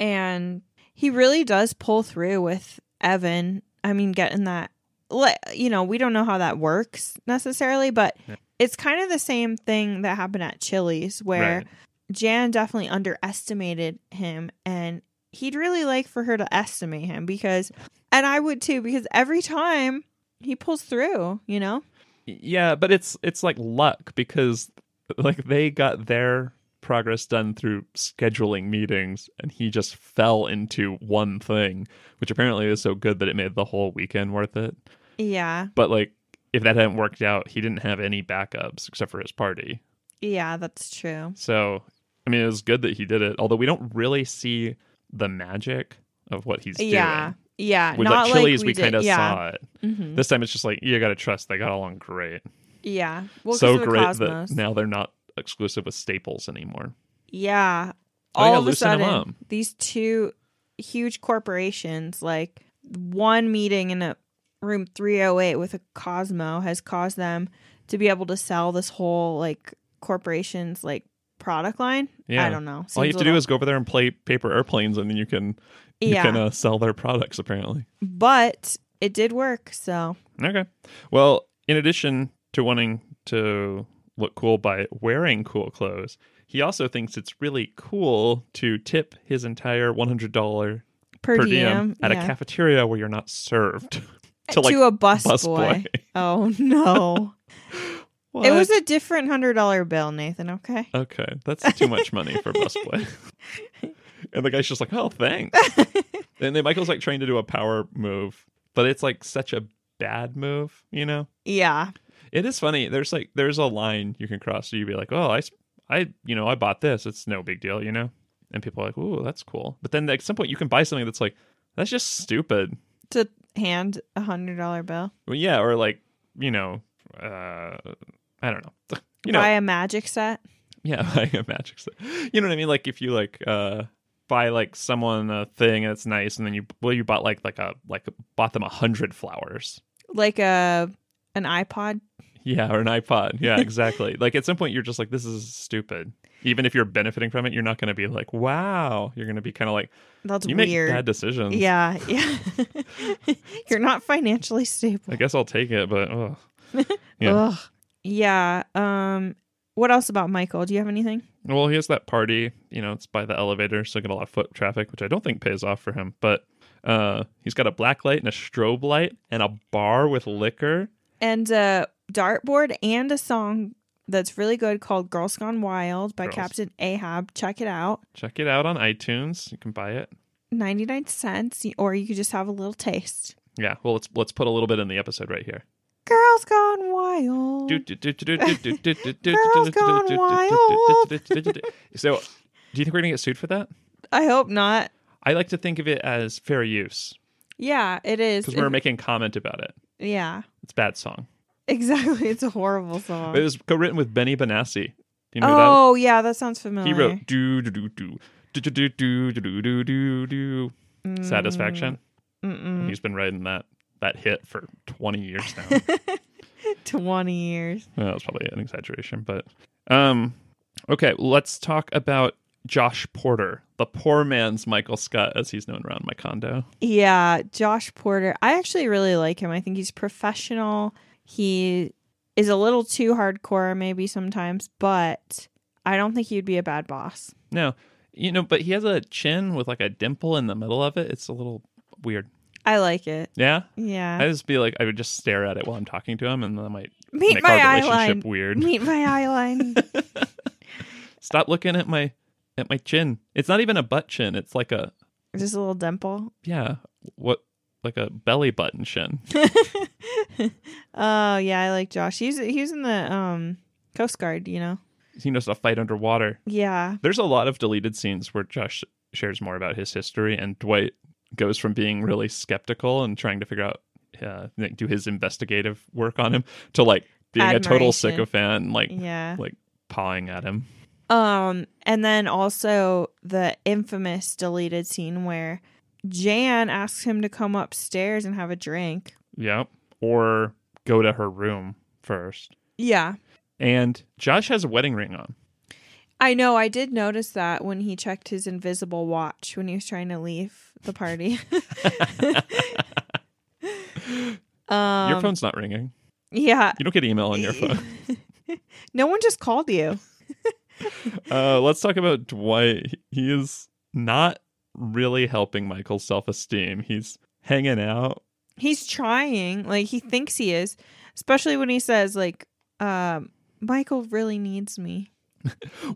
A: and he really does pull through with Evan. I mean, getting that, le- you know, we don't know how that works necessarily, but
B: Yeah.
A: it's kind of the same thing that happened at Chili's where
B: Right.
A: Jan definitely underestimated him, and he'd really like for her to estimate him because, and I would too, because every time he pulls through, you know,
B: yeah, but it's it's like luck because like they got their progress done through scheduling meetings, and he just fell into one thing, which apparently was so good that it made the whole weekend worth it.
A: yeah,
B: But like, if that hadn't worked out, he didn't have any backups except for his party.
A: yeah, that's true.
B: So I mean, it was good that he did it, although we don't really see the magic of what he's
A: yeah.
B: doing.
A: Yeah.
B: With
A: Not
B: like Chili's,
A: like
B: we,
A: did-
B: kind of
A: yeah.
B: saw it.
A: Mhm.
B: This time, it's just like you got to trust they got along great,
A: Yeah. Well, 'cause
B: so
A: of the
B: great
A: Cosmos.
B: that now they're not exclusive with Staples anymore.
A: Yeah.
B: Oh, yeah,
A: All of a
B: loosen 'em up.
A: sudden, these two huge corporations, like one meeting in a room 308 with a Cosmo, has caused them to be able to sell this whole like corporation's like product line.
B: Yeah.
A: I don't know.
B: All
A: Seems
B: you have
A: a
B: to do
A: little-
B: is go over there and play paper airplanes, and then you can you
A: yeah,
B: can uh, sell their products apparently.
A: but it did work. So
B: Okay. Well, in addition to wanting to look cool by wearing cool clothes, he also thinks it's really cool to tip his entire $100 per,
A: per,
B: diem, at
A: yeah.
B: a cafeteria where you're not served. to like
A: to a bus,
B: bus
A: boy.
B: boy.
A: Oh no!
B: What?
A: it was a different hundred dollar bill, Nathan. Okay.
B: Okay, that's too much money for busboy. and the guy's just like, "Oh, thanks." and then Michael's like trying to do a power move, but it's like such a bad move, you know?
A: Yeah.
B: It is funny. There's like there's a line you can cross. So you'd be like, "Oh, I, s- I, you know, I bought this. It's no big deal," you know. And people are like, "Ooh, that's cool." But then at some point, you can buy something that's like, "That's just stupid."
A: To hand a hundred dollar bill.
B: Well, yeah, or like, you know, uh, I don't know. You know,
A: buy a magic set.
B: yeah, buying a magic set. You know what I mean? Like if you like uh buy like someone a thing and it's nice, and then you well you bought like like a like bought them a hundred flowers.
A: like a an iPod.
B: Yeah, or an iPod. Yeah, exactly. like at some point, you're just like, this is stupid. Even if you're benefiting from it, you're not going to be like, wow. You're going to be kind of like,
A: That's
B: you make bad
A: weird.
B: decisions.
A: Yeah, yeah. You're not financially stable.
B: I guess I'll take it, but ugh. yeah.
A: Ugh. Yeah. Um. What else about Michael? Do you have anything?
B: Well, he has that party. You know, it's by the elevator, so get a lot of foot traffic, which I don't think pays off for him. But uh, he's got a black light and a strobe light and a bar with liquor.
A: And a dartboard and a song that's really good called "Girls Gone Wild" by
B: Girls.
A: Captain Ahab. Check it out.
B: Check it out on iTunes. You can buy it.
A: Ninety nine cents, or you could just have a little taste.
B: Yeah. Well, let's let's put a little bit in the episode right here.
A: Girls Gone Wild.
B: so, do
A: Gone Wild.
B: you think we're gonna get sued for that?
A: I hope not.
B: I like to think of it as fair use
A: Yeah, it is.
B: because we were making comment about it.
A: yeah,
B: It's a bad song.
A: exactly. It's a horrible song.
B: It was co-written with Benny Benassi. Do you know that?
A: oh yeah, that sounds familiar.
B: He wrote do do do do do do do do do do do do satisfaction.
A: Mm-mm.
B: He's been writing that that hit for twenty years now.
A: Twenty years.
B: Well, that was probably an exaggeration, but um, okay. Let's talk about Josh Porter, the poor man's Michael Scott, as he's known around my condo.
A: Yeah, Josh Porter. I actually really like him. I think he's professional. He is a little too hardcore, maybe sometimes, but I don't think he'd be a bad boss.
B: No, you know, but he has a chin with like a dimple in the middle of it. It's a little weird.
A: I like it.
B: Yeah, I
A: Yeah,
B: just be like, I would just stare at it while I'm talking to him, and that might
A: meet
B: make
A: my
B: our
A: eye
B: relationship
A: line.
B: weird.
A: Meet my eye line.
B: Stop looking at my at my chin. It's not even a butt chin. It's like a
A: Just a little dimple.
B: yeah, what like a belly button chin.
A: Oh yeah, I like Josh. He's he's in the um Coast Guard. You know.
B: He knows how to fight underwater.
A: Yeah.
B: There's a lot of deleted scenes where Josh shares more about his history, and Dwight goes from being really skeptical and trying to figure out, uh, like, do his investigative work on him, to like being a
A: Admiration.
B: total sycophant and like
A: Yeah.
B: like pawing at him.
A: Um, and then also the infamous deleted scene where Jan asks him to come upstairs and have a drink.
B: Yep. Or go to her room first.
A: Yeah.
B: And Josh has a wedding ring on.
A: I know, I did notice that when he checked his invisible watch when he was trying to leave the party. um,
B: your phone's not ringing.
A: Yeah.
B: You don't get email on your phone.
A: No one just called you.
B: Uh, let's talk about Dwight. He is not really helping Michael's self esteem. He's hanging out
A: He's trying, like he thinks he is, especially when he says like um Michael really needs me.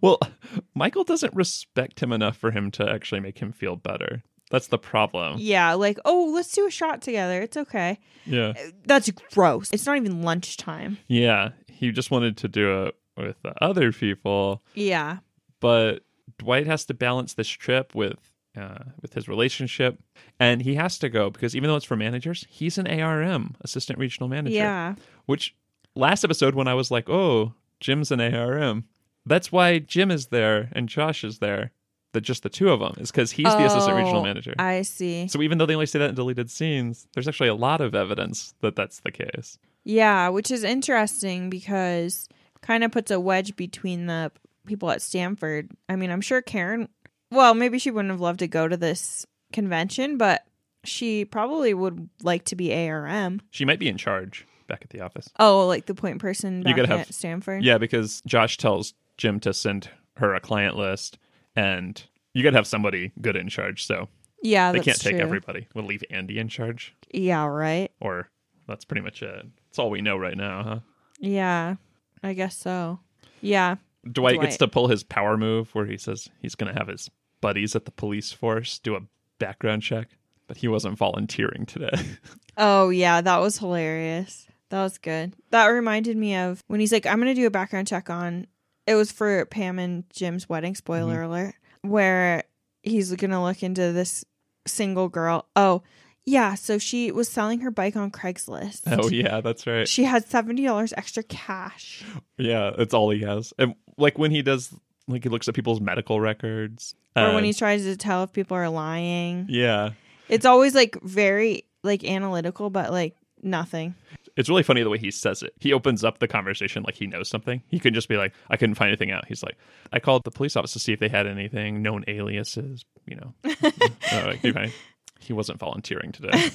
B: Well, Michael doesn't respect him enough for him to actually make him feel better. That's the problem.
A: Yeah, like, oh, let's do a shot together. It's okay.
B: Yeah.
A: That's gross. It's not even lunchtime.
B: Yeah. He just wanted to do it with the other people,
A: Yeah.
B: but Dwight has to balance this trip with uh, with his relationship, and he has to go because even though it's for managers, he's an ARM, assistant regional manager.
A: Yeah.
B: Which last episode when I was like, oh, Jim's an ARM. That's why Jim is there and Josh is there. That just the two of them is because he's the assistant regional
A: Oh,
B: manager.
A: I see.
B: So even though they only say that in deleted scenes, there's actually a lot of evidence that that's the case.
A: Yeah, which is interesting because kind of puts a wedge between the people at Stanford. I mean, I'm sure Karen, well, maybe she wouldn't have loved to go to this convention, but she probably would like to be ARM.
B: She might be in charge back at the office.
A: Oh, like the point person back
B: could have-
A: at Stanford.
B: Yeah, because Josh tells Jim to send her a client list, and you got to have somebody good in charge. So
A: yeah
B: they
A: that's
B: can't take
A: true.
B: everybody. We'll leave Andy in charge,
A: Yeah, right.
B: or that's pretty much it. That's all we know right now, huh?
A: Yeah, I guess so. Yeah,
B: Dwight, gets
A: Dwight.
B: to pull his power move where he says he's going to have his buddies at the police force do a background check, but he wasn't volunteering today.
A: Oh yeah, that was hilarious. That was good. That reminded me of when he's like, "I'm gonna do a background check on." It was for Pam and Jim's wedding. Spoiler
B: Mm-hmm.
A: alert. Where he's gonna look into this single girl. Oh yeah, so she was selling her bike on Craigslist.
B: oh, yeah, that's right.
A: She had seventy dollars extra cash.
B: Yeah, that's all he has. And like when he does, like he looks at people's medical records.
A: or when
B: and-
A: he tries to tell if people are lying,
B: yeah,
A: it's always like very like analytical, but like nothing.
B: it's really funny the way he says it. He opens up the conversation like he knows something. He could just be like, "I couldn't find anything out." He's like, "I called the police office to see if they had anything known aliases." You know, Uh, like, you find- he wasn't volunteering today,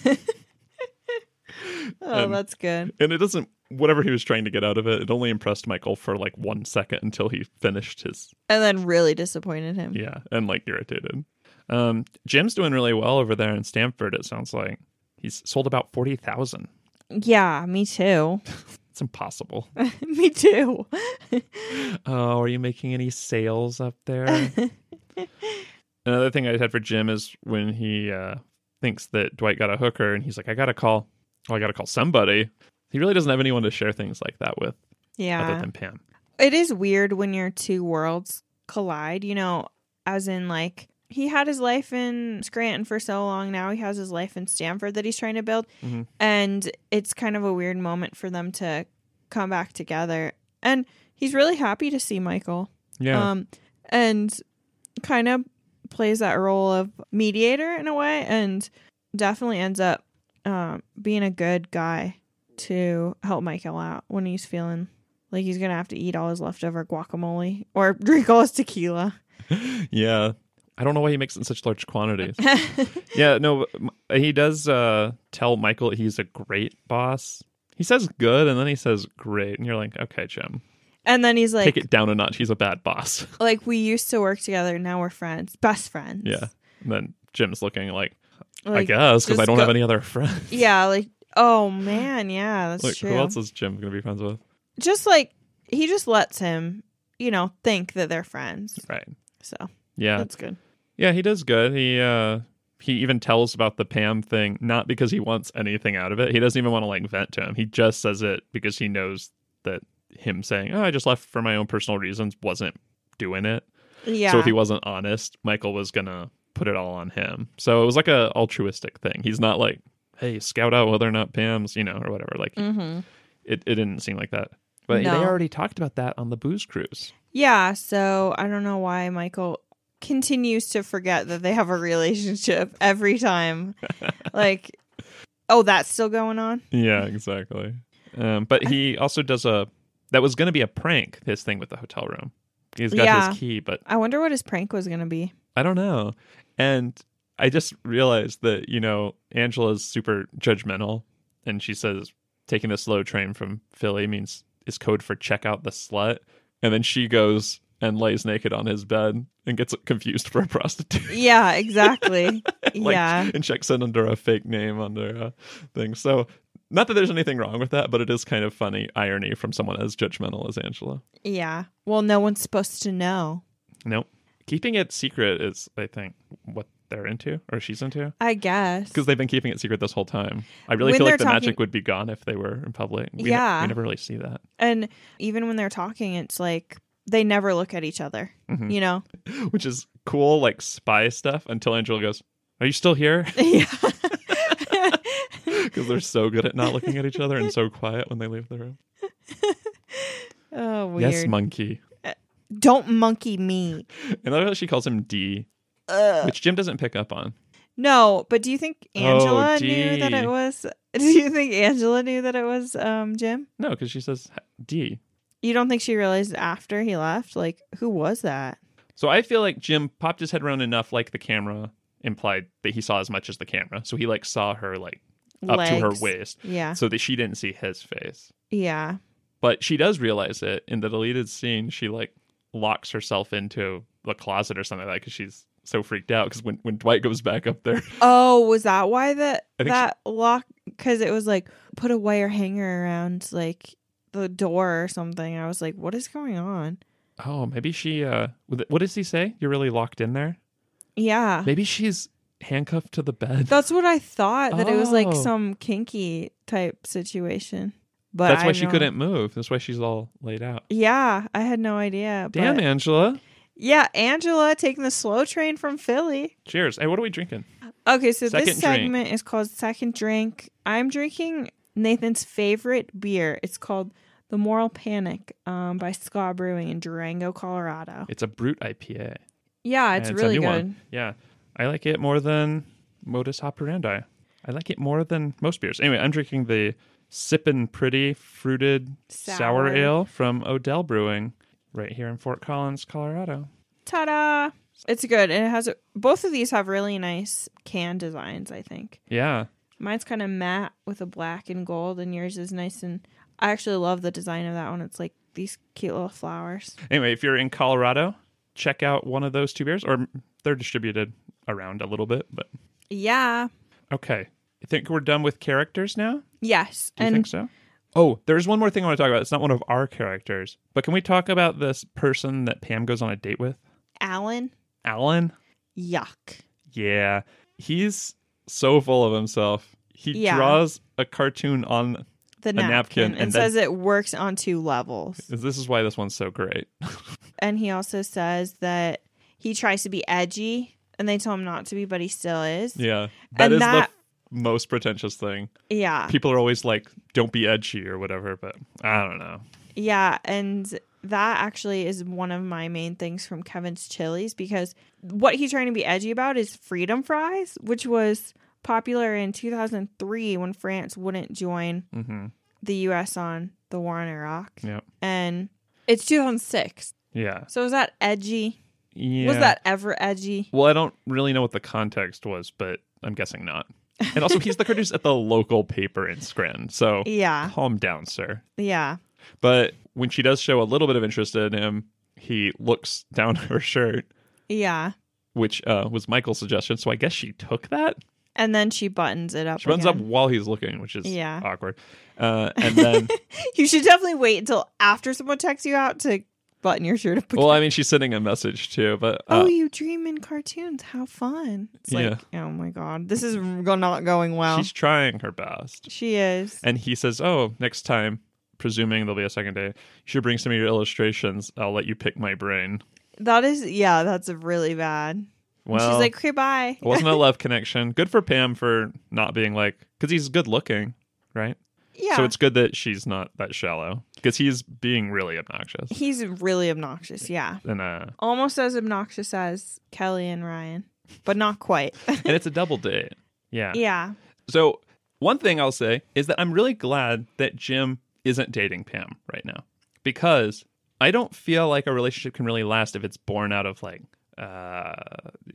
A: Oh,
B: Um,
A: that's good.
B: and it doesn't. Whatever he was trying to get out of it, it only impressed Michael for like one second until he finished his
A: And then really disappointed him.
B: Yeah, and like irritated. Um, Jim's doing really well over there in Stanford. It sounds like he's sold about forty thousand.
A: Yeah, me too.
B: It's impossible.
A: me too.
B: oh, are you making any sales up there? Another thing I had for Jim is when he uh, thinks that Dwight got a hooker, and he's like, "I gotta call. Oh, I gotta call somebody." He really doesn't have anyone to share things like that with, other
A: Yeah.
B: than Pam.
A: it is weird when your two worlds collide, you know, as in like he had his life in Scranton for so long, now he has his life in Stanford that he's trying to build.
B: Mhm.
A: And it's kind of a weird moment for them to come back together. And he's really happy to see Michael.
B: Yeah,
A: Um and kind of plays that role of mediator in a way and definitely ends up um being a good guy to help Michael out when he's feeling like he's gonna have to eat all his leftover guacamole or drink all his tequila.
B: yeah. I don't know why he makes it in such large quantities. yeah, no, m- he does uh, tell Michael he's a great boss. He says good, and then he says great, and you're like, okay, Jim,
A: and then he's like
B: take it down a notch. He's a bad boss.
A: like we used to work together, now we're friends. Best friends.
B: yeah, and then Jim's looking like, I
A: Like,
B: guess because I
A: just
B: don't
A: go-
B: have any other friends.
A: Yeah, like oh man, yeah, that's
B: like,
A: true.
B: who else is Jim gonna be friends with?
A: Just like he just lets him, you know, think that they're friends.
B: Right.
A: So
B: Yeah,
A: that's good.
B: yeah, he does good. He uh, he even tells about the Pam thing, not because he wants anything out of it. He doesn't even want to like vent to him. He just says it because he knows that him saying, "Oh, I just left for my own personal reasons," wasn't doing it.
A: Yeah.
B: So if he wasn't honest, Michael was gonna put it all on him. So it was like a altruistic thing. He's not like, hey, scout out whether or not Pam's, you know, or whatever. Like
A: mm-hmm.
B: it, it didn't seem like that. But
A: No.
B: they already talked about that on the booze cruise.
A: Yeah, so I don't know why Michael continues to forget that they have a relationship every time. like, oh, that's still going on?
B: Yeah, exactly. Um, but he also does a that was gonna be a prank, his thing with the hotel room. He's got
A: Yeah.
B: his key, but
A: I wonder what his prank was going to be.
B: I don't know. And I just realized that, you know, Angela's super judgmental and she says taking the slow train from Philly means is code for check out the slut. And then she goes and lays naked on his bed and gets confused for a prostitute.
A: Yeah, exactly.
B: like,
A: yeah.
B: And checks in under a fake name under a thing. So not that there's anything wrong with that, but it is kind of funny irony from someone as judgmental as Angela.
A: Yeah. Well, no one's supposed to know.
B: Nope. Keeping it secret is, I think, what they're into or she's into.
A: I guess.
B: because they've been keeping it secret this whole time. I really
A: When
B: feel like the
A: they're talking-
B: magic would be gone if they were in public. We ne-
A: Yeah.
B: we never really see that.
A: And even when they're talking, it's like they never look at each other.
B: Mm-hmm.
A: You know?
B: which is cool, like spy stuff, until Angela goes, Are you still here?
A: yeah.
B: Because they're so good at not looking at each other and so quiet when they leave the room.
A: Oh, weird.
B: Yes, monkey.
A: Don't monkey me.
B: And I love how she calls him D, which Jim doesn't pick up on.
A: No, but do you think Angela knew that
B: Oh, gee.
A: it was? Do you think Angela knew that it was um, Jim?
B: No, because she says D.
A: You don't think she realized after he left? Like, who was that?
B: So I feel like Jim popped his head around enough, like the camera implied that he saw as much as the camera. So he like saw her like up to her
A: Legs.
B: waist,
A: Yeah.
B: so that she didn't see his face.
A: Yeah.
B: But she does realize it in the deleted scene. She like locks herself into the closet or something like that because she's so freaked out. Because when when Dwight goes back up there,
A: Oh, was that why that
B: I think
A: that lock? Because it was like put a wire hanger around like the door or something. I was like, what is going on?
B: oh maybe she. uh What does he say? You're really locked in there.
A: Yeah,
B: Maybe she's handcuffed to the bed.
A: that's what I thought. That it was like
B: Oh.
A: some kinky type situation. But
B: That's
A: I
B: why she
A: don't-
B: couldn't move. That's why she's all laid out.
A: Yeah, I had no idea.
B: Damn,
A: but-
B: Angela.
A: Yeah, Angela taking the slow train from Philly.
B: Cheers. Hey, what are we drinking?
A: Okay, so
B: Second
A: this
B: drink.
A: segment is called Second Drink. I'm drinking Nathan's favorite beer. It's called The Moral Panic um, by Ska Brewing in Durango, Colorado.
B: It's a brute IPA.
A: Yeah, it's
B: And
A: really
B: a new
A: good.
B: one. Yeah, I like it more than modus operandi. I like it more than most beers. Anyway, I'm drinking the sippin' pretty fruited sour.
A: Sour.
B: ale from Odell Brewing right here in Fort Collins, Colorado.
A: Ta-da! It's good. And it has a, both of these have really nice can designs, I think.
B: Yeah,
A: Mine's kind of matte with a black and gold and yours is nice and I actually love the design of that one. It's like these cute little flowers.
B: Anyway, if you're in Colorado, check out one of those two beers, or they're distributed around a little bit. But
A: Yeah.
B: okay, I think we're done with characters now.
A: Yes.
B: Do you
A: and
B: think so? Oh, there's one more thing I want to talk about. It's not one of our characters, but can we talk about this person that Pam goes on a date with?
A: Alan,
B: Alan?
A: yuck.
B: Yeah. He's so full of himself. He
A: Yeah.
B: draws a cartoon on
A: The
B: napkin
A: napkin,
B: and
A: and,
B: then-
A: says it works on two levels.
B: this is why this one's so great.
A: And he also says that he tries to be edgy and they tell him not to be, but he still is.
B: Yeah. that
A: And
B: is
A: that- Ah.
B: the most pretentious thing.
A: Yeah.
B: People are always like, don't be edgy or whatever, but I don't know.
A: Yeah, and that actually is one of my main things from Kevin's Chili's because what he's trying to be edgy about is freedom fries, which was popular in 2003 when France wouldn't join
B: Mm-hmm.
A: the US on the war in Iraq.
B: Yep.
A: And it's 2006.
B: Yeah.
A: So is that edgy?
B: Yeah.
A: Was that ever edgy?
B: Well, I don't really know what the context was, but I'm guessing not. And also, he's the cartoonist at the local paper in Scranton. So
A: Yeah.
B: calm down, sir.
A: Yeah.
B: But when she does show a little bit of interest in him, he looks down her shirt
A: Yeah.
B: which uh, was Michael's suggestion. So I guess she took that.
A: And then she buttons it up.
B: She runs up
A: again.
B: while he's looking, which is
A: Yeah.
B: awkward. Uh, and then,
A: You should definitely wait until after someone texts you out to button your shirt up again.
B: well, I mean, she's sending a message too, but uh,
A: oh, you dream in cartoons. How fun. It's like, oh my God, this is go- not going well.
B: she's trying her best.
A: she is.
B: And he says, "Oh, next time." Presuming there'll be a second day, you should bring some of your illustrations. I'll let you pick my brain.
A: That is, yeah, that's really bad. And
B: Well,
A: she's like, okay, bye.
B: it wasn't a love connection. Good for Pam for not being like, because he's good looking, right?
A: yeah.
B: So it's good that she's not that shallow, because he's being really obnoxious
A: He's really obnoxious. Yeah.
B: and uh,
A: Almost as obnoxious as Kelly and Ryan, but not quite.
B: and it's a double date. Yeah.
A: yeah.
B: So, one thing I'll say is that I'm really glad that Jim isn't dating Pam right now because I don't feel like a relationship can really last if it's born out of like, uh,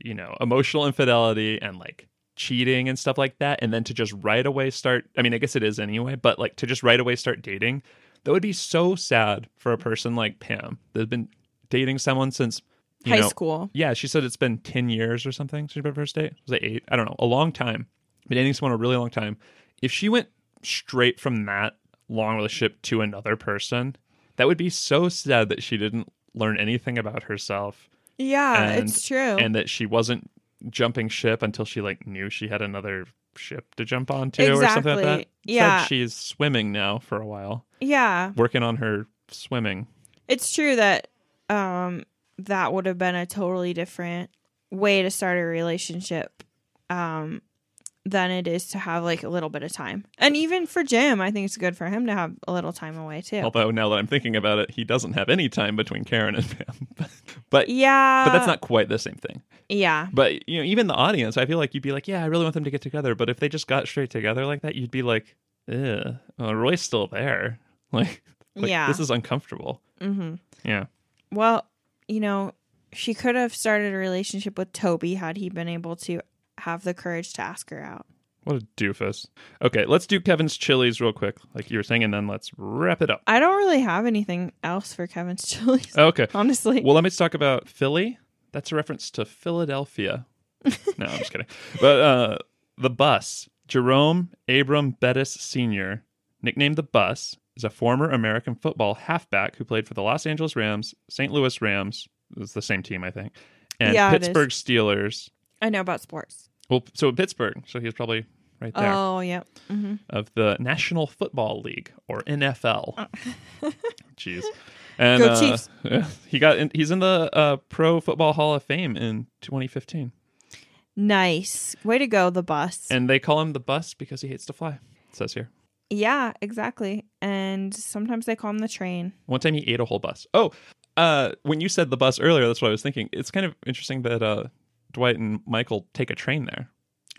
B: you know, emotional infidelity and like cheating and stuff like that. And then to just right away start, I mean, I guess it is anyway, but like to just right away start dating, that would be so sad for a person like Pam that's been dating someone since. You
A: High
B: know,
A: school.
B: yeah, she said it's been 10 years or something since her first date. Was it eight? I don't know. A long time. Been dating someone a really long time. If she went straight from that long relationship to another person, that would be so sad that she didn't learn anything about herself
A: Yeah,
B: And-
A: it's true.
B: and that she wasn't jumping ship until she like knew she had another ship to jump onto or something like
A: Exactly.
B: that. Instead,
A: Yeah.
B: she's swimming now for a while,
A: yeah.
B: working on her swimming.
A: It's true that um, that would have been a totally different way to start a relationship um, than it is to have like a little bit of time. And even for Jim, I think it's good for him to have a little time away too.
B: Although now that I'm thinking about it, he doesn't have any time between Karen and Pam. but
A: yeah.
B: but that's not quite the same thing.
A: Yeah.
B: But you know, even the audience, I feel like you'd be like, yeah, I really want them to get together. But if they just got straight together like that, you'd be like, Ugh, uh, Roy's still there. Like, like,
A: Yeah.
B: this is uncomfortable.
A: hmm
B: Yeah,
A: Well, you know, she could have started a relationship with Toby had he been able to have the courage to ask her out.
B: what a doofus. Okay, let's do Kevin's chilies real quick, like you were saying, and then let's wrap it up.
A: I don't really have anything else for Kevin's chilies,
B: Okay,
A: honestly.
B: Uh, well, let me talk about Philly. That's a reference to Philadelphia. No, I'm just kidding. But uh, the bus, Jerome Abram Bettis Sr., nicknamed the bus, is a former American football halfback who played for the Los Angeles Rams, St. Louis Rams, it's the same team, I think, and
A: Yeah, it is.
B: Pittsburgh Steelers.
A: I know about sports.
B: Well, so Pittsburgh, so he was probably right there
A: Oh, yeah. hmm
B: of the National Football League or NFL. Jeez. And
A: Oh. Go
B: uh,
A: Chiefs.
B: he got in, he's in the uh, Pro Football Hall of Fame in 2015.
A: Nice. Way to go, the bus.
B: And they call him the bus because he hates to fly. It says here.
A: yeah, exactly. And sometimes they call him the train.
B: One time he ate a whole bus. Oh, uh, when you said the bus earlier, that's what I was thinking. It's kind of interesting that uh, Dwight and Michael take a train there.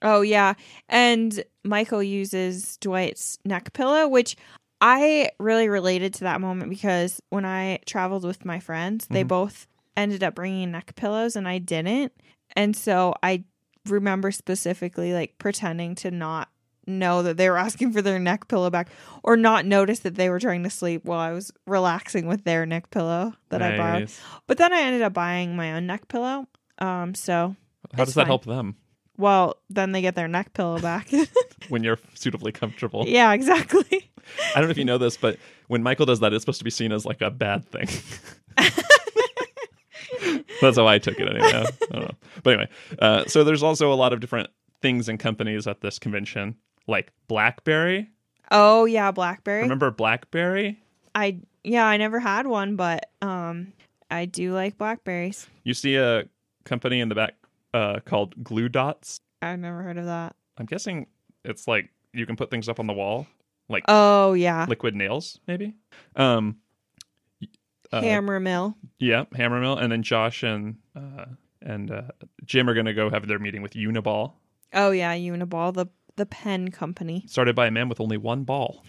A: Oh yeah, and Michael uses Dwight's neck pillow, which I really related to that moment because when I traveled with my friends, they
B: Mhm.
A: both ended up bringing neck pillows, and I didn't, and so I remember specifically like pretending to not know that they were asking for their neck pillow back or not notice that they were trying to sleep while I was relaxing with their neck pillow that I borrowed.
B: Nice.
A: But then I ended up buying my own neck pillow. Um so
B: How
A: It's
B: does that
A: fine.
B: help them
A: well, then they get their neck pillow back.
B: when you're suitably comfortable?
A: Yeah, exactly.
B: I don't know if you know this, but when Michael does that, it's supposed to be seen as like a bad thing. That's how I took it anyway. I don't know. But anyway, uh, so there's also a lot of different things and companies at this convention, like BlackBerry.
A: Oh yeah, BlackBerry.
B: Remember BlackBerry?
A: I yeah, I never had one, but um I do like blackberries.
B: You see a company in the back uh, called Glue Dots.
A: I've never heard of that.
B: I'm guessing it's like you can put things up on the wall,
A: Oh yeah.
B: liquid nails, maybe. Um, uh,
A: Hammer mill.
B: Yeah, Hammermill, and then Josh and uh, and uh, Jim are gonna go have their meeting with Uniball,
A: Oh yeah, Uniball, the the pen company.
B: started by a man with only one ball.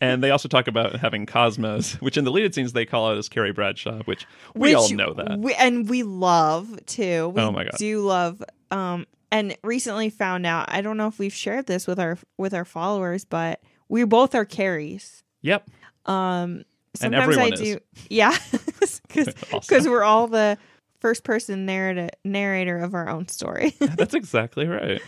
B: and they also talk about having Cosmos, which in the deleted scenes they call out as Carrie Bradshaw, which we all
A: Which
B: know that.
A: we- and we love too. We
B: Oh, my God.
A: do love um and recently found out I don't know if we've shared this with our with our followers, but we both are carries.
B: Yep,
A: Um
B: And
A: sometimes I
B: everyone
A: do
B: is.
A: yeah. Cuz
B: awesome.
A: because we're all the first person narrator narrator of our own story.
B: That's exactly right.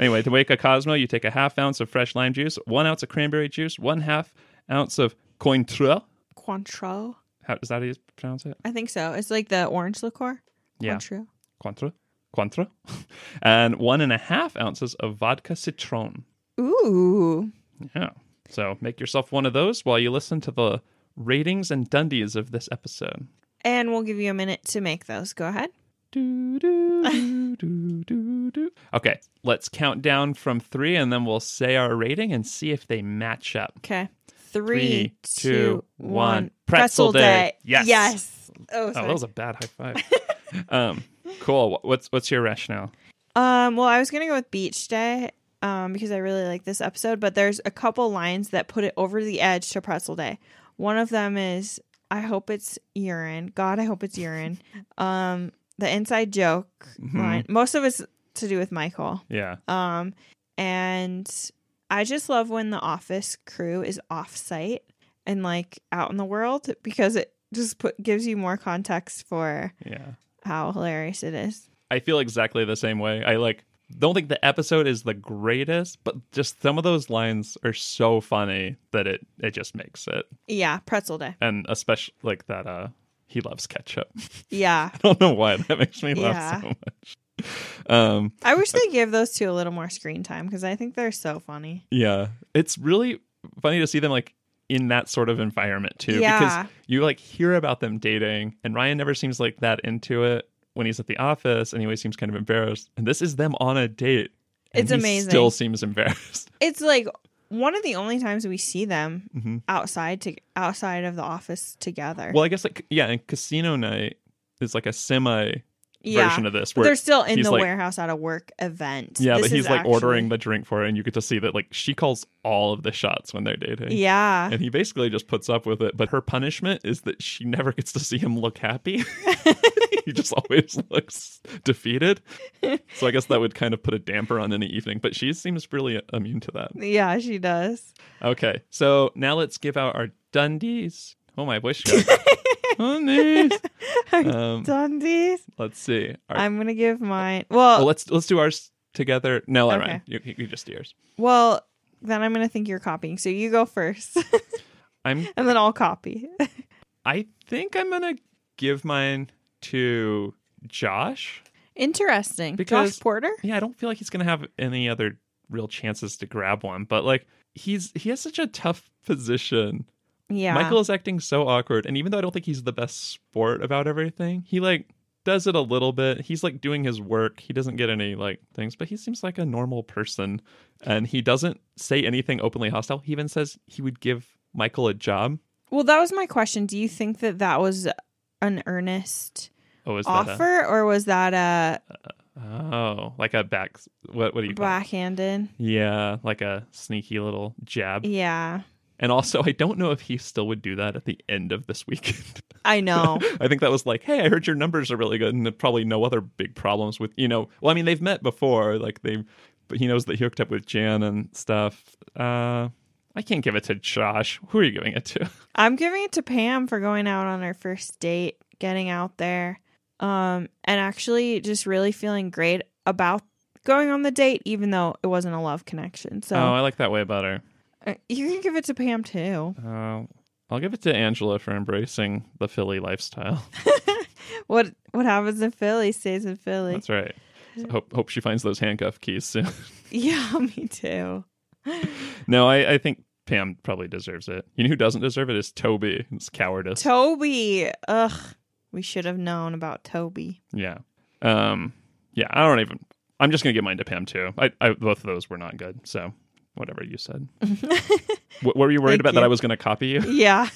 B: anyway, to make a Cosmo, you take a half ounce of fresh lime juice, one ounce of cranberry juice, one half ounce of Cointreau.
A: Cointreau,
B: How is that how you pronounce it?
A: I think so. It's like the orange liqueur.
B: Yeah.
A: Cointreau.
B: Cointreau, Cointreau, and one and a half ounces of vodka citron.
A: Ooh,
B: Yeah. So make yourself one of those while you listen to the ratings and dundies of this episode.
A: and we'll give you a minute to make those. Go ahead.
B: Do, do, do, do, do, do. Okay, let's count down from three and then we'll say our rating and see if they match up.
A: Okay,
B: Three,
A: three, two,
B: two,
A: one.
B: one. Pretzel day. Yes.
A: Yes. Oh,
B: Oh,
A: sorry.
B: that was a bad high five. um, cool. Wh- What's what's your rationale?
A: Um, well, I was gonna go with Beach Day, um, because I really like this episode, but there's a couple lines that put it over the edge to Pretzel Day. One of them is, "I hope it's urine. God, I hope it's urine." Um, the inside joke
B: Mhm.
A: line. Most of it's to do with Michael.
B: Yeah.
A: Um, and I just love when the office crew is off site and like out in the world because it just put gives you more context for
B: Yeah.
A: how hilarious it is.
B: I feel exactly the same way. I like don't think the episode is the greatest, but just some of those lines are so funny that it it just makes it.
A: Yeah, Pretzel Day.
B: and especially like that uh he loves ketchup i
A: Yeah.
B: don't know why that makes me laugh
A: Yeah.
B: so much um
A: I wish they gave those two a little more screen time because I think they're so funny.
B: yeah it's really funny to see them like in that sort of environment too.
A: Yeah.
B: Because you like hear about them dating, and Ryan never seems like that into it when he's at the office, and he always seems kind of embarrassed. And this is them on a date. and
A: It's
B: he
A: amazing.
B: Still seems embarrassed.
A: It's like one of the only times we see them
B: Mhm.
A: outside to outside of the office together.
B: Well, I guess like yeah, and Casino Night is like a semi
A: yeah.
B: version of this
A: But
B: where
A: they're still in
B: he's
A: the
B: like-
A: warehouse at a work event.
B: yeah,
A: This
B: but he's
A: is
B: like
A: actually-
B: ordering the drink for her, and you get to see that like she calls all of the shots when they're dating.
A: Yeah.
B: And he basically just puts up with it, but her punishment is that she never gets to see him look happy. he just always looks defeated. So I guess that would kind of put a damper on any evening, but she seems really immune to that.
A: Yeah, she does.
B: Okay, so now let's give out our Dundies. Oh, my voice got Dundies. Um,
A: Dundies.
B: let's see. Our
A: I'm gonna give mine. Well,
B: Well,
A: well,
B: let's let's do ours together. No, never
A: Okay.
B: mind. You, you you just do yours.
A: then I'm gonna think you're copying. So you go first,
B: I'm.
A: and then I'll copy.
B: I think I'm gonna give mine to Josh.
A: Interesting.
B: Because-
A: Josh Porter.
B: Yeah, I don't feel like he's gonna have any other real chances to grab one. But like, he's he has such a tough position.
A: Yeah.
B: Michael is acting so awkward, and even though I don't think he's the best sport about everything, he like does it a little bit. He's like doing his work. He doesn't get any like things, but he seems like a normal person, and he doesn't say anything openly hostile. He even says he would give Michael a job.
A: Well, that was my question. Do you think that that was an earnest
B: Oh, is that
A: offer, or was that a
B: a, oh like a back? What what do you call? it?
A: backhanded?
B: Yeah, like a sneaky little jab.
A: Yeah,
B: And also, I don't know if he still would do that at the end of this weekend.
A: I know.
B: I think that was like, hey, I heard your numbers are really good, and probably no other big problems with you know. Well, I mean, they've met before, like they, but he knows that he hooked up with Jan and stuff. Uh, I can't give it to Josh. Who are you giving it to?
A: I'm giving it to Pam for going out on her first date, getting out there, um, and actually just really feeling great about going on the date, even though it wasn't a love connection. So
B: Oh, I like that way better.
A: uh, you can give it to Pam too.
B: Uh, I'll give it to Angela for embracing the Philly lifestyle.
A: What what happens in Philly stays in Philly.
B: That's right. So hope hope she finds those handcuff keys soon.
A: yeah, me too.
B: no, I, I think Pam probably deserves it. You know who doesn't deserve it is Toby. It's cowardice.
A: Toby. Ugh, we should have known about Toby.
B: yeah. Um. Yeah. I don't even. I'm just gonna give mine to Pam too. I, I both of those were not good. So whatever you said. What were you worried
A: Thank
B: about that
A: you.
B: I was gonna copy you?
A: Yeah.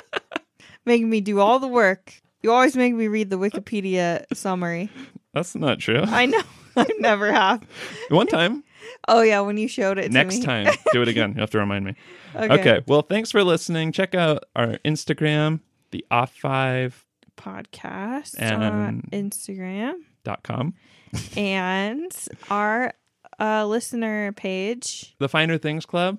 A: Making me do all the work. You always make me read the Wikipedia summary.
B: That's not true.
A: I know. I never have.
B: One time.
A: Oh yeah, when you showed it to
B: Next
A: me.
B: time, do it again. You have to remind me. okay. Well, thanks for listening. Check out our Instagram, the off five
A: Podcast on
B: And-
A: Instagram
B: dot com.
A: and our uh, listener page.
B: The Finer Things Club.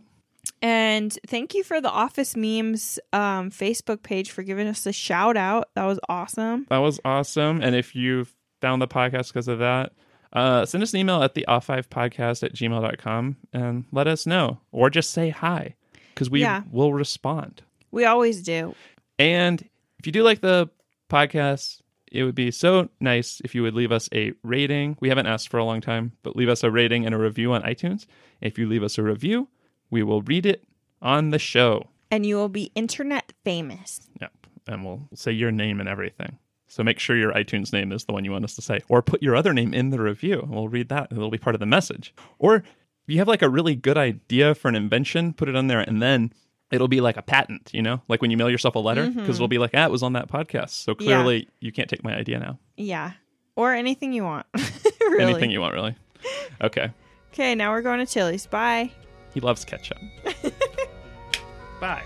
A: And thank you for the Office Memes um, Facebook page for giving us a shout out. That was awesome.
B: That was awesome. And if you found the podcast because of that, uh, send us an email at the off five podcast at gmail.com and let us know or just say hi because we
A: Yeah.
B: will respond.
A: We always do.
B: And if you do like the podcast, it would be so nice if you would leave us a rating. We haven't asked for a long time, but leave us a rating and a review on iTunes. If you leave us a review, we will read it on the show.
A: And you will be internet famous.
B: Yep. And we'll say your name and everything. So make sure your iTunes name is the one you want us to say, or put your other name in the review. And we'll read that. and It'll be part of the message. Or if you have like a really good idea for an invention, put it on there, and then it'll be like a patent, you know, like when you mail yourself a letter, because it'll be like, ah, it was on that podcast. So clearly you can't take my idea now.
A: Yeah. Or anything you want. really.
B: Anything you want, really. Okay.
A: okay, now we're going to Chili's. Bye.
B: He loves ketchup. Bye.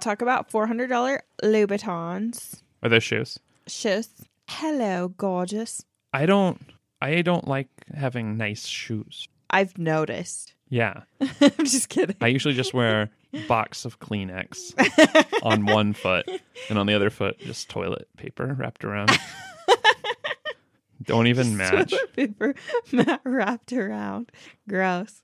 A: Talk about $400 Louboutins.
B: Are those shoes?
A: Shiz. Hello, gorgeous.
B: I don't. I don't like having nice shoes.
A: I've noticed.
B: Yeah.
A: I'm just kidding.
B: I usually just wear box of Kleenex on one foot and on the other foot just toilet paper wrapped around. Don't even match.
A: Toilet paper mat wrapped around. Gross.